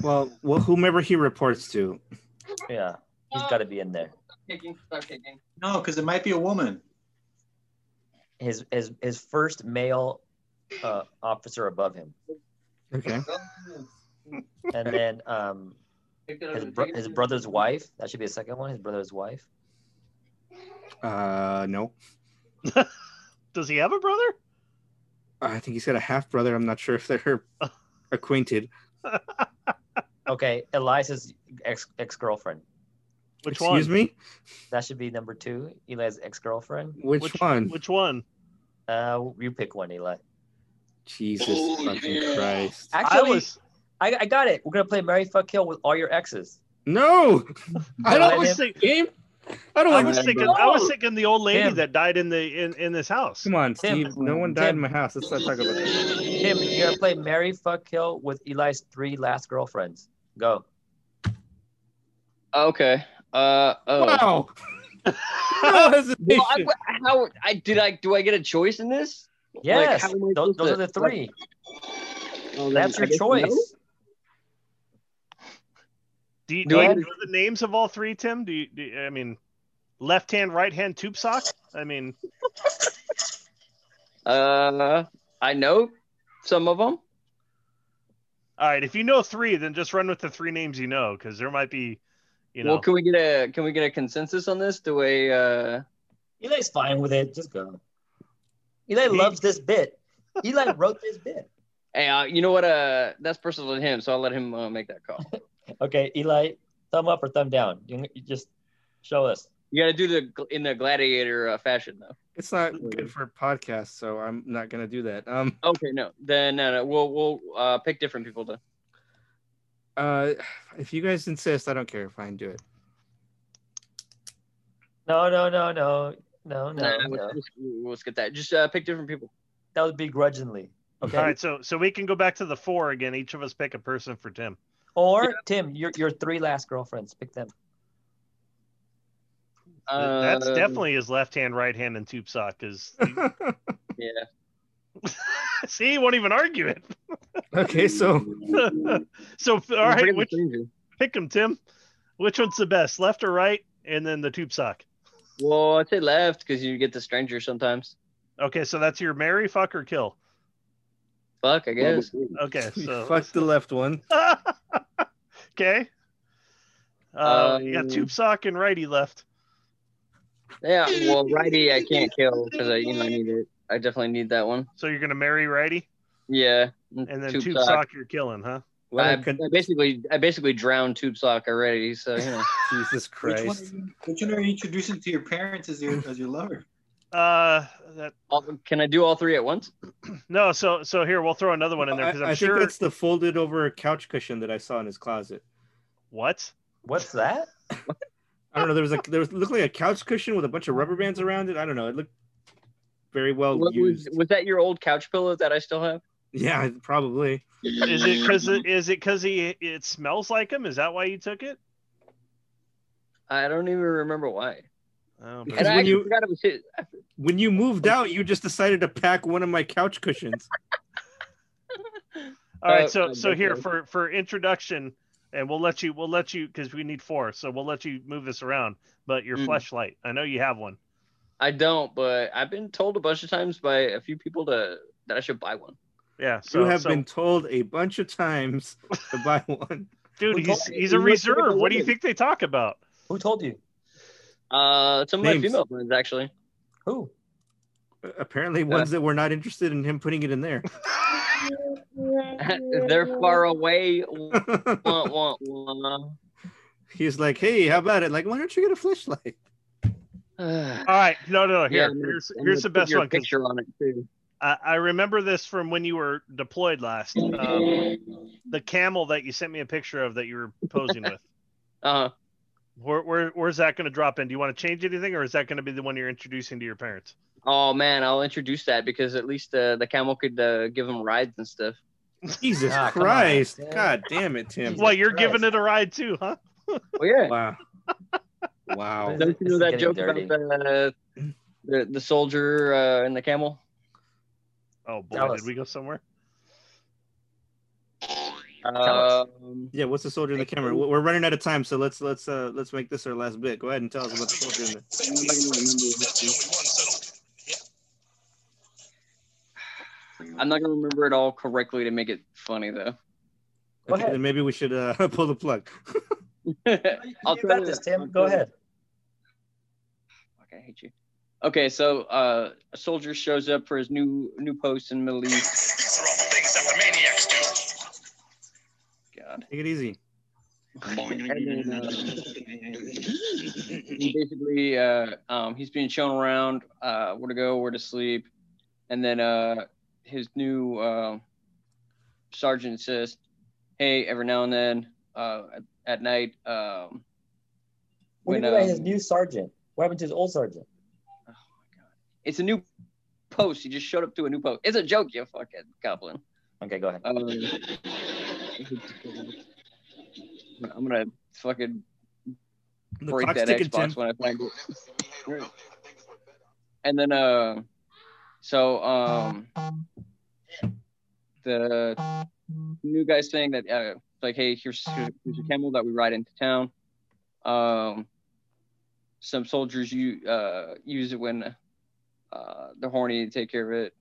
Speaker 1: well, well, whomever he reports to.
Speaker 5: yeah, he's got to be in there.
Speaker 7: Kicking, start kicking.
Speaker 2: No, because it might be a woman.
Speaker 5: His his his first male uh, officer above him,
Speaker 1: Okay.
Speaker 5: and then um his bro- his brother's wife. That should be a second one. His brother's wife.
Speaker 1: Uh, no.
Speaker 4: Does he have a brother?
Speaker 1: I think he's got a half brother. I'm not sure if
Speaker 4: (laughs)
Speaker 1: they're acquainted.
Speaker 5: Okay, Eliza's ex ex girlfriend.
Speaker 4: Which
Speaker 1: Excuse
Speaker 4: one?
Speaker 1: me.
Speaker 5: That should be number two. Eli's ex girlfriend.
Speaker 1: Which,
Speaker 4: Which-
Speaker 1: one?
Speaker 4: Which one?
Speaker 5: Uh, you pick one, Eli.
Speaker 1: Jesus
Speaker 9: Oh,
Speaker 1: fucking
Speaker 9: yeah.
Speaker 1: Christ.
Speaker 5: Actually,
Speaker 4: I was.
Speaker 5: I, I got it. We're gonna play Mary Fuck Kill with all your exes.
Speaker 1: No, I
Speaker 5: Well,
Speaker 4: I
Speaker 1: don't
Speaker 5: then-
Speaker 1: like
Speaker 4: was,
Speaker 1: this
Speaker 4: think,
Speaker 1: game. I don't
Speaker 4: I
Speaker 1: like
Speaker 4: was
Speaker 1: this.
Speaker 4: thinking. I was
Speaker 5: No.
Speaker 4: thinking the old lady
Speaker 5: Tim.
Speaker 4: that died in the in, in this house.
Speaker 1: Come on,
Speaker 5: Tim,
Speaker 1: Steve. No one died in
Speaker 5: Tim.
Speaker 1: my house. Let's not talk about that.
Speaker 5: Tim, you're gonna play Mary Fuck Kill with Eli's three last girlfriends. Go.
Speaker 7: Okay. Uh oh.
Speaker 1: Wow. (laughs) No
Speaker 7: Well, I,
Speaker 1: hesitation.
Speaker 7: how I did I do I get a choice in this?
Speaker 5: Yes,
Speaker 7: how am I
Speaker 5: those,
Speaker 7: supposed
Speaker 5: those
Speaker 7: to-
Speaker 5: are the three.
Speaker 7: Well, Oh, then
Speaker 5: That's
Speaker 7: I
Speaker 5: your
Speaker 7: guess no?
Speaker 5: choice.
Speaker 4: Do you,
Speaker 7: Do
Speaker 4: do
Speaker 7: I-
Speaker 4: you know the names of all three, Tim? Do you? Do you- I mean, left hand, right hand, tube sock. I mean,
Speaker 7: Uh, I know some of them.
Speaker 4: all right. If you know three, then just run with the three names you know, because there might be, you know.
Speaker 7: Well, can we get a can we get a consensus on this? Do a uh,
Speaker 5: Eli's fine with it. Just go. Eli
Speaker 4: He-
Speaker 5: loves this bit. (laughs) Eli wrote this bit.
Speaker 7: hey, uh, you know what? Uh, that's personal to him, so I'll let him uh, make that call.
Speaker 5: Okay, Eli, thumb up or thumb down. You, you just show us.
Speaker 7: You got to do the gl- in the gladiator uh, fashion though.
Speaker 1: It's not good for podcasts, so I'm not gonna do that. Um.
Speaker 7: Okay, no, then uh, we'll we'll uh, pick different people to.
Speaker 1: Uh, if you guys insist, I don't care. Fine, do
Speaker 7: (laughs)
Speaker 1: it.
Speaker 5: No, no, no, no, no,
Speaker 7: No,
Speaker 5: no. no.
Speaker 7: uh, Let's, let's get that. Just uh, pick different people.
Speaker 5: That was begrudgingly. Okay.
Speaker 4: All right, so so we can go back to the four again. Each of us pick a person for Tim.
Speaker 5: Or Tim, your your three last girlfriends. Pick them.
Speaker 7: Uh,
Speaker 4: That's definitely his left hand, right hand, and tube sock. Because
Speaker 7: yeah.
Speaker 4: (laughs) see, he won't even argue it.
Speaker 1: okay, so
Speaker 4: so all
Speaker 7: He's
Speaker 4: right,
Speaker 7: bringing
Speaker 4: which,
Speaker 7: strangers.
Speaker 4: pick him, Tim. Which one's the best, left or right? And then the tube sock.
Speaker 7: Well, I'd say left because you get the stranger sometimes.
Speaker 4: Okay, so that's your marry, fuck, or kill.
Speaker 7: Fuck, I guess.
Speaker 1: (laughs)
Speaker 4: Okay,
Speaker 1: (laughs) you
Speaker 4: so
Speaker 1: fuck the left one.
Speaker 4: (laughs) okay. Uh, you got
Speaker 7: Um,
Speaker 4: tube sock and righty left.
Speaker 7: Yeah, well, righty, I can't kill because I, you know, I need it. I definitely need that one.
Speaker 4: So you're gonna marry righty,
Speaker 7: Yeah,
Speaker 4: and then
Speaker 7: Tube
Speaker 4: tube,
Speaker 7: sock.
Speaker 4: sock. you're killing, huh?
Speaker 1: What
Speaker 7: I,
Speaker 1: a con-
Speaker 7: I basically, I basically drowned tube sock already. So you know,
Speaker 1: Jesus
Speaker 2: Which one, are
Speaker 1: Christ.
Speaker 2: you, which one are you introducing to your parents as your as your lover?
Speaker 4: Uh, that
Speaker 7: all, can I do all three at once?
Speaker 4: no. So so here we'll throw another one in there
Speaker 1: I,
Speaker 4: because I'm
Speaker 1: I
Speaker 4: sure
Speaker 1: think that's the folded over couch cushion that I saw in his closet.
Speaker 4: what.
Speaker 5: What's that?
Speaker 1: I don't know. There was like there was looked like a couch cushion with a bunch of rubber bands around it. I don't know. It looked very well
Speaker 7: What was,
Speaker 1: Oh, used.
Speaker 7: was that your old couch pillow that I still have?
Speaker 1: Yeah, probably.
Speaker 4: Is it because is it because he it smells like him? Is that why you took it?
Speaker 7: I don't even remember why.
Speaker 4: Oh,
Speaker 1: Because
Speaker 7: And I
Speaker 1: when
Speaker 7: actually
Speaker 1: you-
Speaker 7: forgot it was his.
Speaker 1: When you moved out, you just decided to pack one of my couch cushions.
Speaker 4: All right,
Speaker 7: Uh,
Speaker 4: so
Speaker 7: uh,
Speaker 4: so here
Speaker 7: okay.
Speaker 4: for for introduction, and we'll let you we'll let you because we need four, so we'll let you move this around. But your
Speaker 7: Mm.
Speaker 4: flashlight, I know you have one.
Speaker 7: I don't, but I've been told a bunch of times by a few people to that I should buy one.
Speaker 4: Yeah, so
Speaker 1: you have
Speaker 4: so-
Speaker 1: been told a bunch of times to buy (laughs) one.
Speaker 4: dude,
Speaker 7: Who
Speaker 4: he's
Speaker 7: told-
Speaker 4: he's
Speaker 7: he
Speaker 4: a
Speaker 7: must have been
Speaker 4: reserve. What do you
Speaker 7: woman.
Speaker 4: think they talk about?
Speaker 5: Who told you?
Speaker 7: Uh, some of my
Speaker 1: Names.
Speaker 7: female friends actually. (laughs)
Speaker 5: Who?
Speaker 1: Apparently, ones that were not interested in him putting it in there. (laughs)
Speaker 7: They're far away. Wah, wah, wah. (sighs)
Speaker 1: He's like, "Hey, how about it? Like, why don't you get a
Speaker 5: (laughs)
Speaker 1: flashlight?"
Speaker 7: yeah,
Speaker 4: All right, no, no, here,
Speaker 7: I'm gonna-
Speaker 4: here's
Speaker 7: I'm
Speaker 4: here's
Speaker 7: gonna
Speaker 4: the
Speaker 7: put
Speaker 4: best
Speaker 7: your
Speaker 4: one because
Speaker 7: Picture on it too.
Speaker 4: I, I remember this from when you were deployed last. Um, the camel that you sent me a picture of that you were posing
Speaker 7: (laughs)
Speaker 4: with.
Speaker 7: Uh,
Speaker 4: Where, where where's that going to drop in? Do you want to change anything, or is that going to be the one you're introducing to your parents?
Speaker 7: oh man, I'll introduce that because at least uh, the camel could uh, give him rides and stuff.
Speaker 1: Jesus
Speaker 5: Ah, come on,
Speaker 1: Christ!
Speaker 5: Tim.
Speaker 1: God damn it, Tim!
Speaker 5: Jesus
Speaker 4: Well, you're
Speaker 5: Christ.
Speaker 4: giving it a ride too, huh?
Speaker 7: Well, Oh, yeah.
Speaker 1: Wow, wow.
Speaker 5: This
Speaker 7: Don't you know
Speaker 5: is
Speaker 7: that
Speaker 5: getting
Speaker 7: joke
Speaker 5: dirty.
Speaker 7: about the, the the soldier uh, and the camel?
Speaker 4: Oh boy,
Speaker 5: Tell us.
Speaker 4: did we go somewhere?
Speaker 5: us.
Speaker 7: Um,
Speaker 1: (laughs) Yeah, what's the soldier in the camera? We're we're running out of time, so let's let's uh let's make this our last bit. Go ahead and tell us about the soldier in the.
Speaker 7: I'm not gonna remember it all correctly to make it funny though. (laughs)
Speaker 5: Go
Speaker 1: Okay,
Speaker 5: ahead.
Speaker 1: then maybe we should uh (laughs) pull the plug.
Speaker 7: I'll
Speaker 5: You
Speaker 7: try
Speaker 5: got
Speaker 7: to-
Speaker 5: this, Tim. Go ahead.
Speaker 7: Fuck, I hate you. Okay, so uh, a soldier shows up for his new new post in Middle East. God.
Speaker 1: Take it easy.
Speaker 7: And then, uh, he basically, uh, um, he's being shown around uh, where to go, where to sleep, and then uh, his new uh, sergeant says, "Hey, every now and then, uh, at, at night, um,
Speaker 5: What do you
Speaker 7: When,
Speaker 5: mean by his
Speaker 7: um,
Speaker 5: new sergeant? What happened to his old sergeant?
Speaker 7: it's a new post. He just showed up to a new post. It's a joke, you fucking goblin."
Speaker 5: Okay, go ahead.
Speaker 7: Um, I'm gonna fucking
Speaker 1: The
Speaker 7: break
Speaker 1: clock's
Speaker 7: that
Speaker 1: ticking,
Speaker 7: Xbox
Speaker 1: Tim.
Speaker 7: when I find it. And then, uh, so um, the new guy's saying that uh, like, hey, here's here's a camel that we ride into town. Um, some soldiers you uh use it when uh they're horny to take care of it.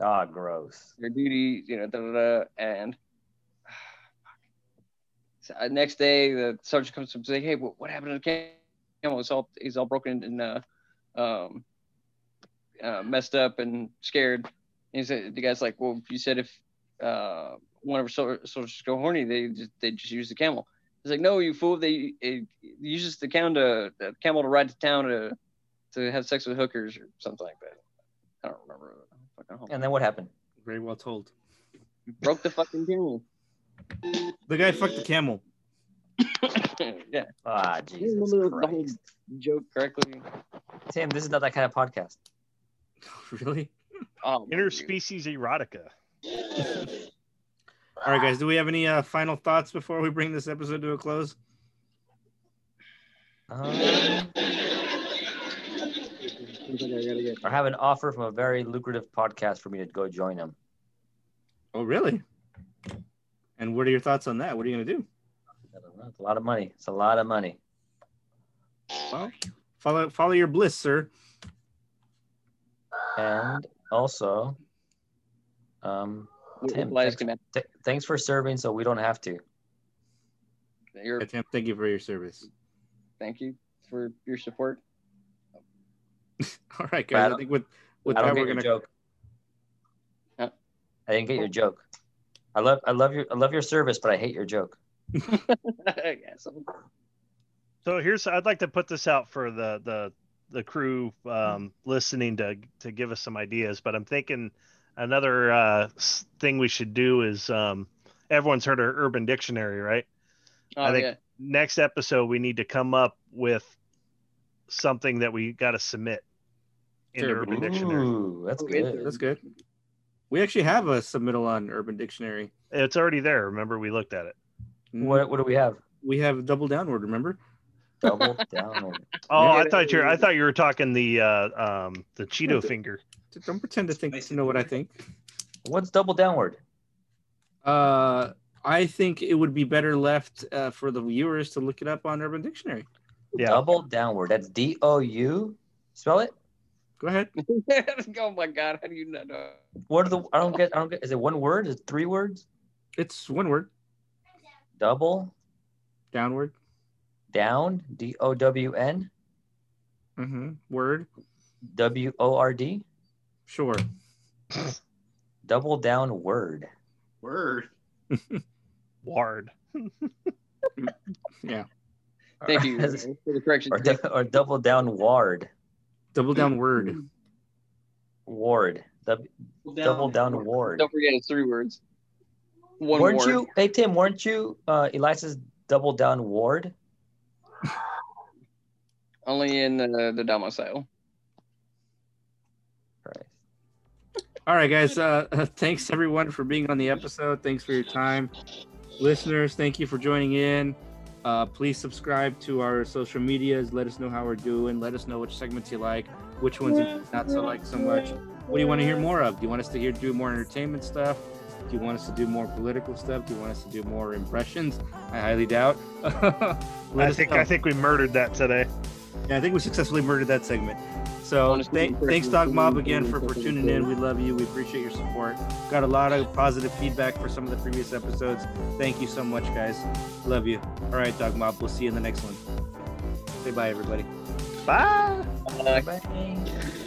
Speaker 5: Ah, gross.
Speaker 7: Your duty, you know, da da da, and. So, uh, next day, the sergeant comes up and says, "Hey, what, what happened to the camel? It's all he's all broken and uh, um, uh, messed up and scared." And he said, "The guy's like, well, you said if uh, one of our sol- soldiers go horny, they just they just use the camel." He's like, "No, you fool! They it uses the camel to the camel to ride to town to to have sex with hookers or something like that." I don't remember. Fucking home.
Speaker 5: And then what happened?
Speaker 1: Very well told.
Speaker 7: Broke the fucking camel.
Speaker 1: The guy fucked the camel.
Speaker 7: (laughs)
Speaker 1: (laughs)
Speaker 7: yeah,
Speaker 5: Ah, Jesus
Speaker 7: remember the whole-
Speaker 5: Christ.
Speaker 7: joke correctly.
Speaker 5: Tim, this is not that kind of podcast.
Speaker 1: really?
Speaker 7: Oh,
Speaker 4: Interspecies erotica.
Speaker 1: All right, guys. Do we have any uh, final thoughts before we bring this episode to a close?
Speaker 5: Um, I have an offer from a very lucrative podcast for me to go join them.
Speaker 1: Oh, really? And what are your thoughts on that? What are you gonna do?
Speaker 5: I don't know, It's a lot of money. It's a lot of money.
Speaker 1: Well, follow follow your bliss, sir.
Speaker 5: And also, um, Tim,
Speaker 7: lies
Speaker 5: thanks.
Speaker 7: can happen.
Speaker 5: th- thanks for serving so we don't have to.
Speaker 7: Your-
Speaker 1: Tim, thank you for your service. (laughs)
Speaker 7: Thank you for your support. (laughs)
Speaker 1: All right,
Speaker 5: I
Speaker 1: guys. I
Speaker 5: don't-
Speaker 1: think with with
Speaker 5: I
Speaker 1: that
Speaker 5: don't
Speaker 1: we're gonna
Speaker 5: get your joke.
Speaker 7: Huh?
Speaker 5: I didn't get your joke. I love I love your I love your service, but I hate your joke.
Speaker 7: yeah, so
Speaker 4: So here's I'd like to put this out for the the the crew um, listening to to give us some ideas, but I'm thinking another uh, s- thing we should do is um, everyone's heard of Urban Dictionary, right?
Speaker 7: oh,
Speaker 4: I think-
Speaker 7: yeah.
Speaker 4: Next episode we need to come up with something that we got to submit in
Speaker 1: Sure.
Speaker 4: Urban Dictionary.
Speaker 5: Ooh, that's
Speaker 7: Oh, it's
Speaker 5: good.
Speaker 1: That's good. We actually have a submittal on Urban Dictionary.
Speaker 4: It's already there. Remember we looked at it.
Speaker 5: What what do we have?
Speaker 1: We have double downward. Remember? (laughs)
Speaker 5: Double down.
Speaker 4: Oh,
Speaker 5: Yeah.
Speaker 4: I thought you were I thought you were talking the uh, um, the Cheeto finger.
Speaker 1: D- Don't pretend to think you know what I think.
Speaker 5: What's double downward?
Speaker 1: Uh, I think it would be better left uh, for the viewers to look it up on Urban Dictionary.
Speaker 4: Yeah.
Speaker 5: Double downward. That's D O U. Spell it.
Speaker 1: Go ahead.
Speaker 7: (laughs) oh my god, how do you not know?
Speaker 5: What are the? I don't get. I don't get. Is it one word? Is it three words?
Speaker 1: It's one word.
Speaker 5: Double
Speaker 1: Downward.
Speaker 5: down. D O W N
Speaker 1: hmm Word.
Speaker 5: W O R D.
Speaker 1: Sure.
Speaker 5: Double down word.
Speaker 2: Word.
Speaker 4: Ward.
Speaker 7: Thank you for the correction.
Speaker 5: or, dou- (laughs) or double down ward.
Speaker 1: Double down word.
Speaker 5: Ward. Dub- double down ward.
Speaker 7: Don't forget it's three words. One
Speaker 5: weren't
Speaker 7: word.
Speaker 5: you? Hey Tim, weren't you? Uh, Eliza's double down ward.
Speaker 7: Only in uh, the, the domicile.
Speaker 5: Christ.
Speaker 1: All right, guys. Uh, (laughs) thanks everyone for being on the episode. Thanks for your time, listeners. Thank you for joining in. Uh, please subscribe to our social medias. Let us know how we're doing. Let us know which segments you like, which ones you not so like so much. What do you want to hear more of? Do you want us to hear do more entertainment stuff? Do you want us to do more political stuff? Do you want us to do more impressions? I highly doubt. (laughs) Let
Speaker 4: I
Speaker 1: us
Speaker 4: think
Speaker 1: know.
Speaker 4: I think we murdered that today.
Speaker 1: Yeah, I think we successfully murdered that segment. So
Speaker 7: Honestly,
Speaker 1: thank,
Speaker 7: impressive.
Speaker 1: thanks, Dog Mob, again for, for
Speaker 7: Impressive.
Speaker 1: tuning in. We love you. We appreciate your support. Got a lot of positive feedback for some of the previous episodes. Thank you so much, guys. Love you. All right, Dog Mob. We'll see you in the next one. Say bye, everybody.
Speaker 4: Bye.
Speaker 7: Uh,
Speaker 5: Bye.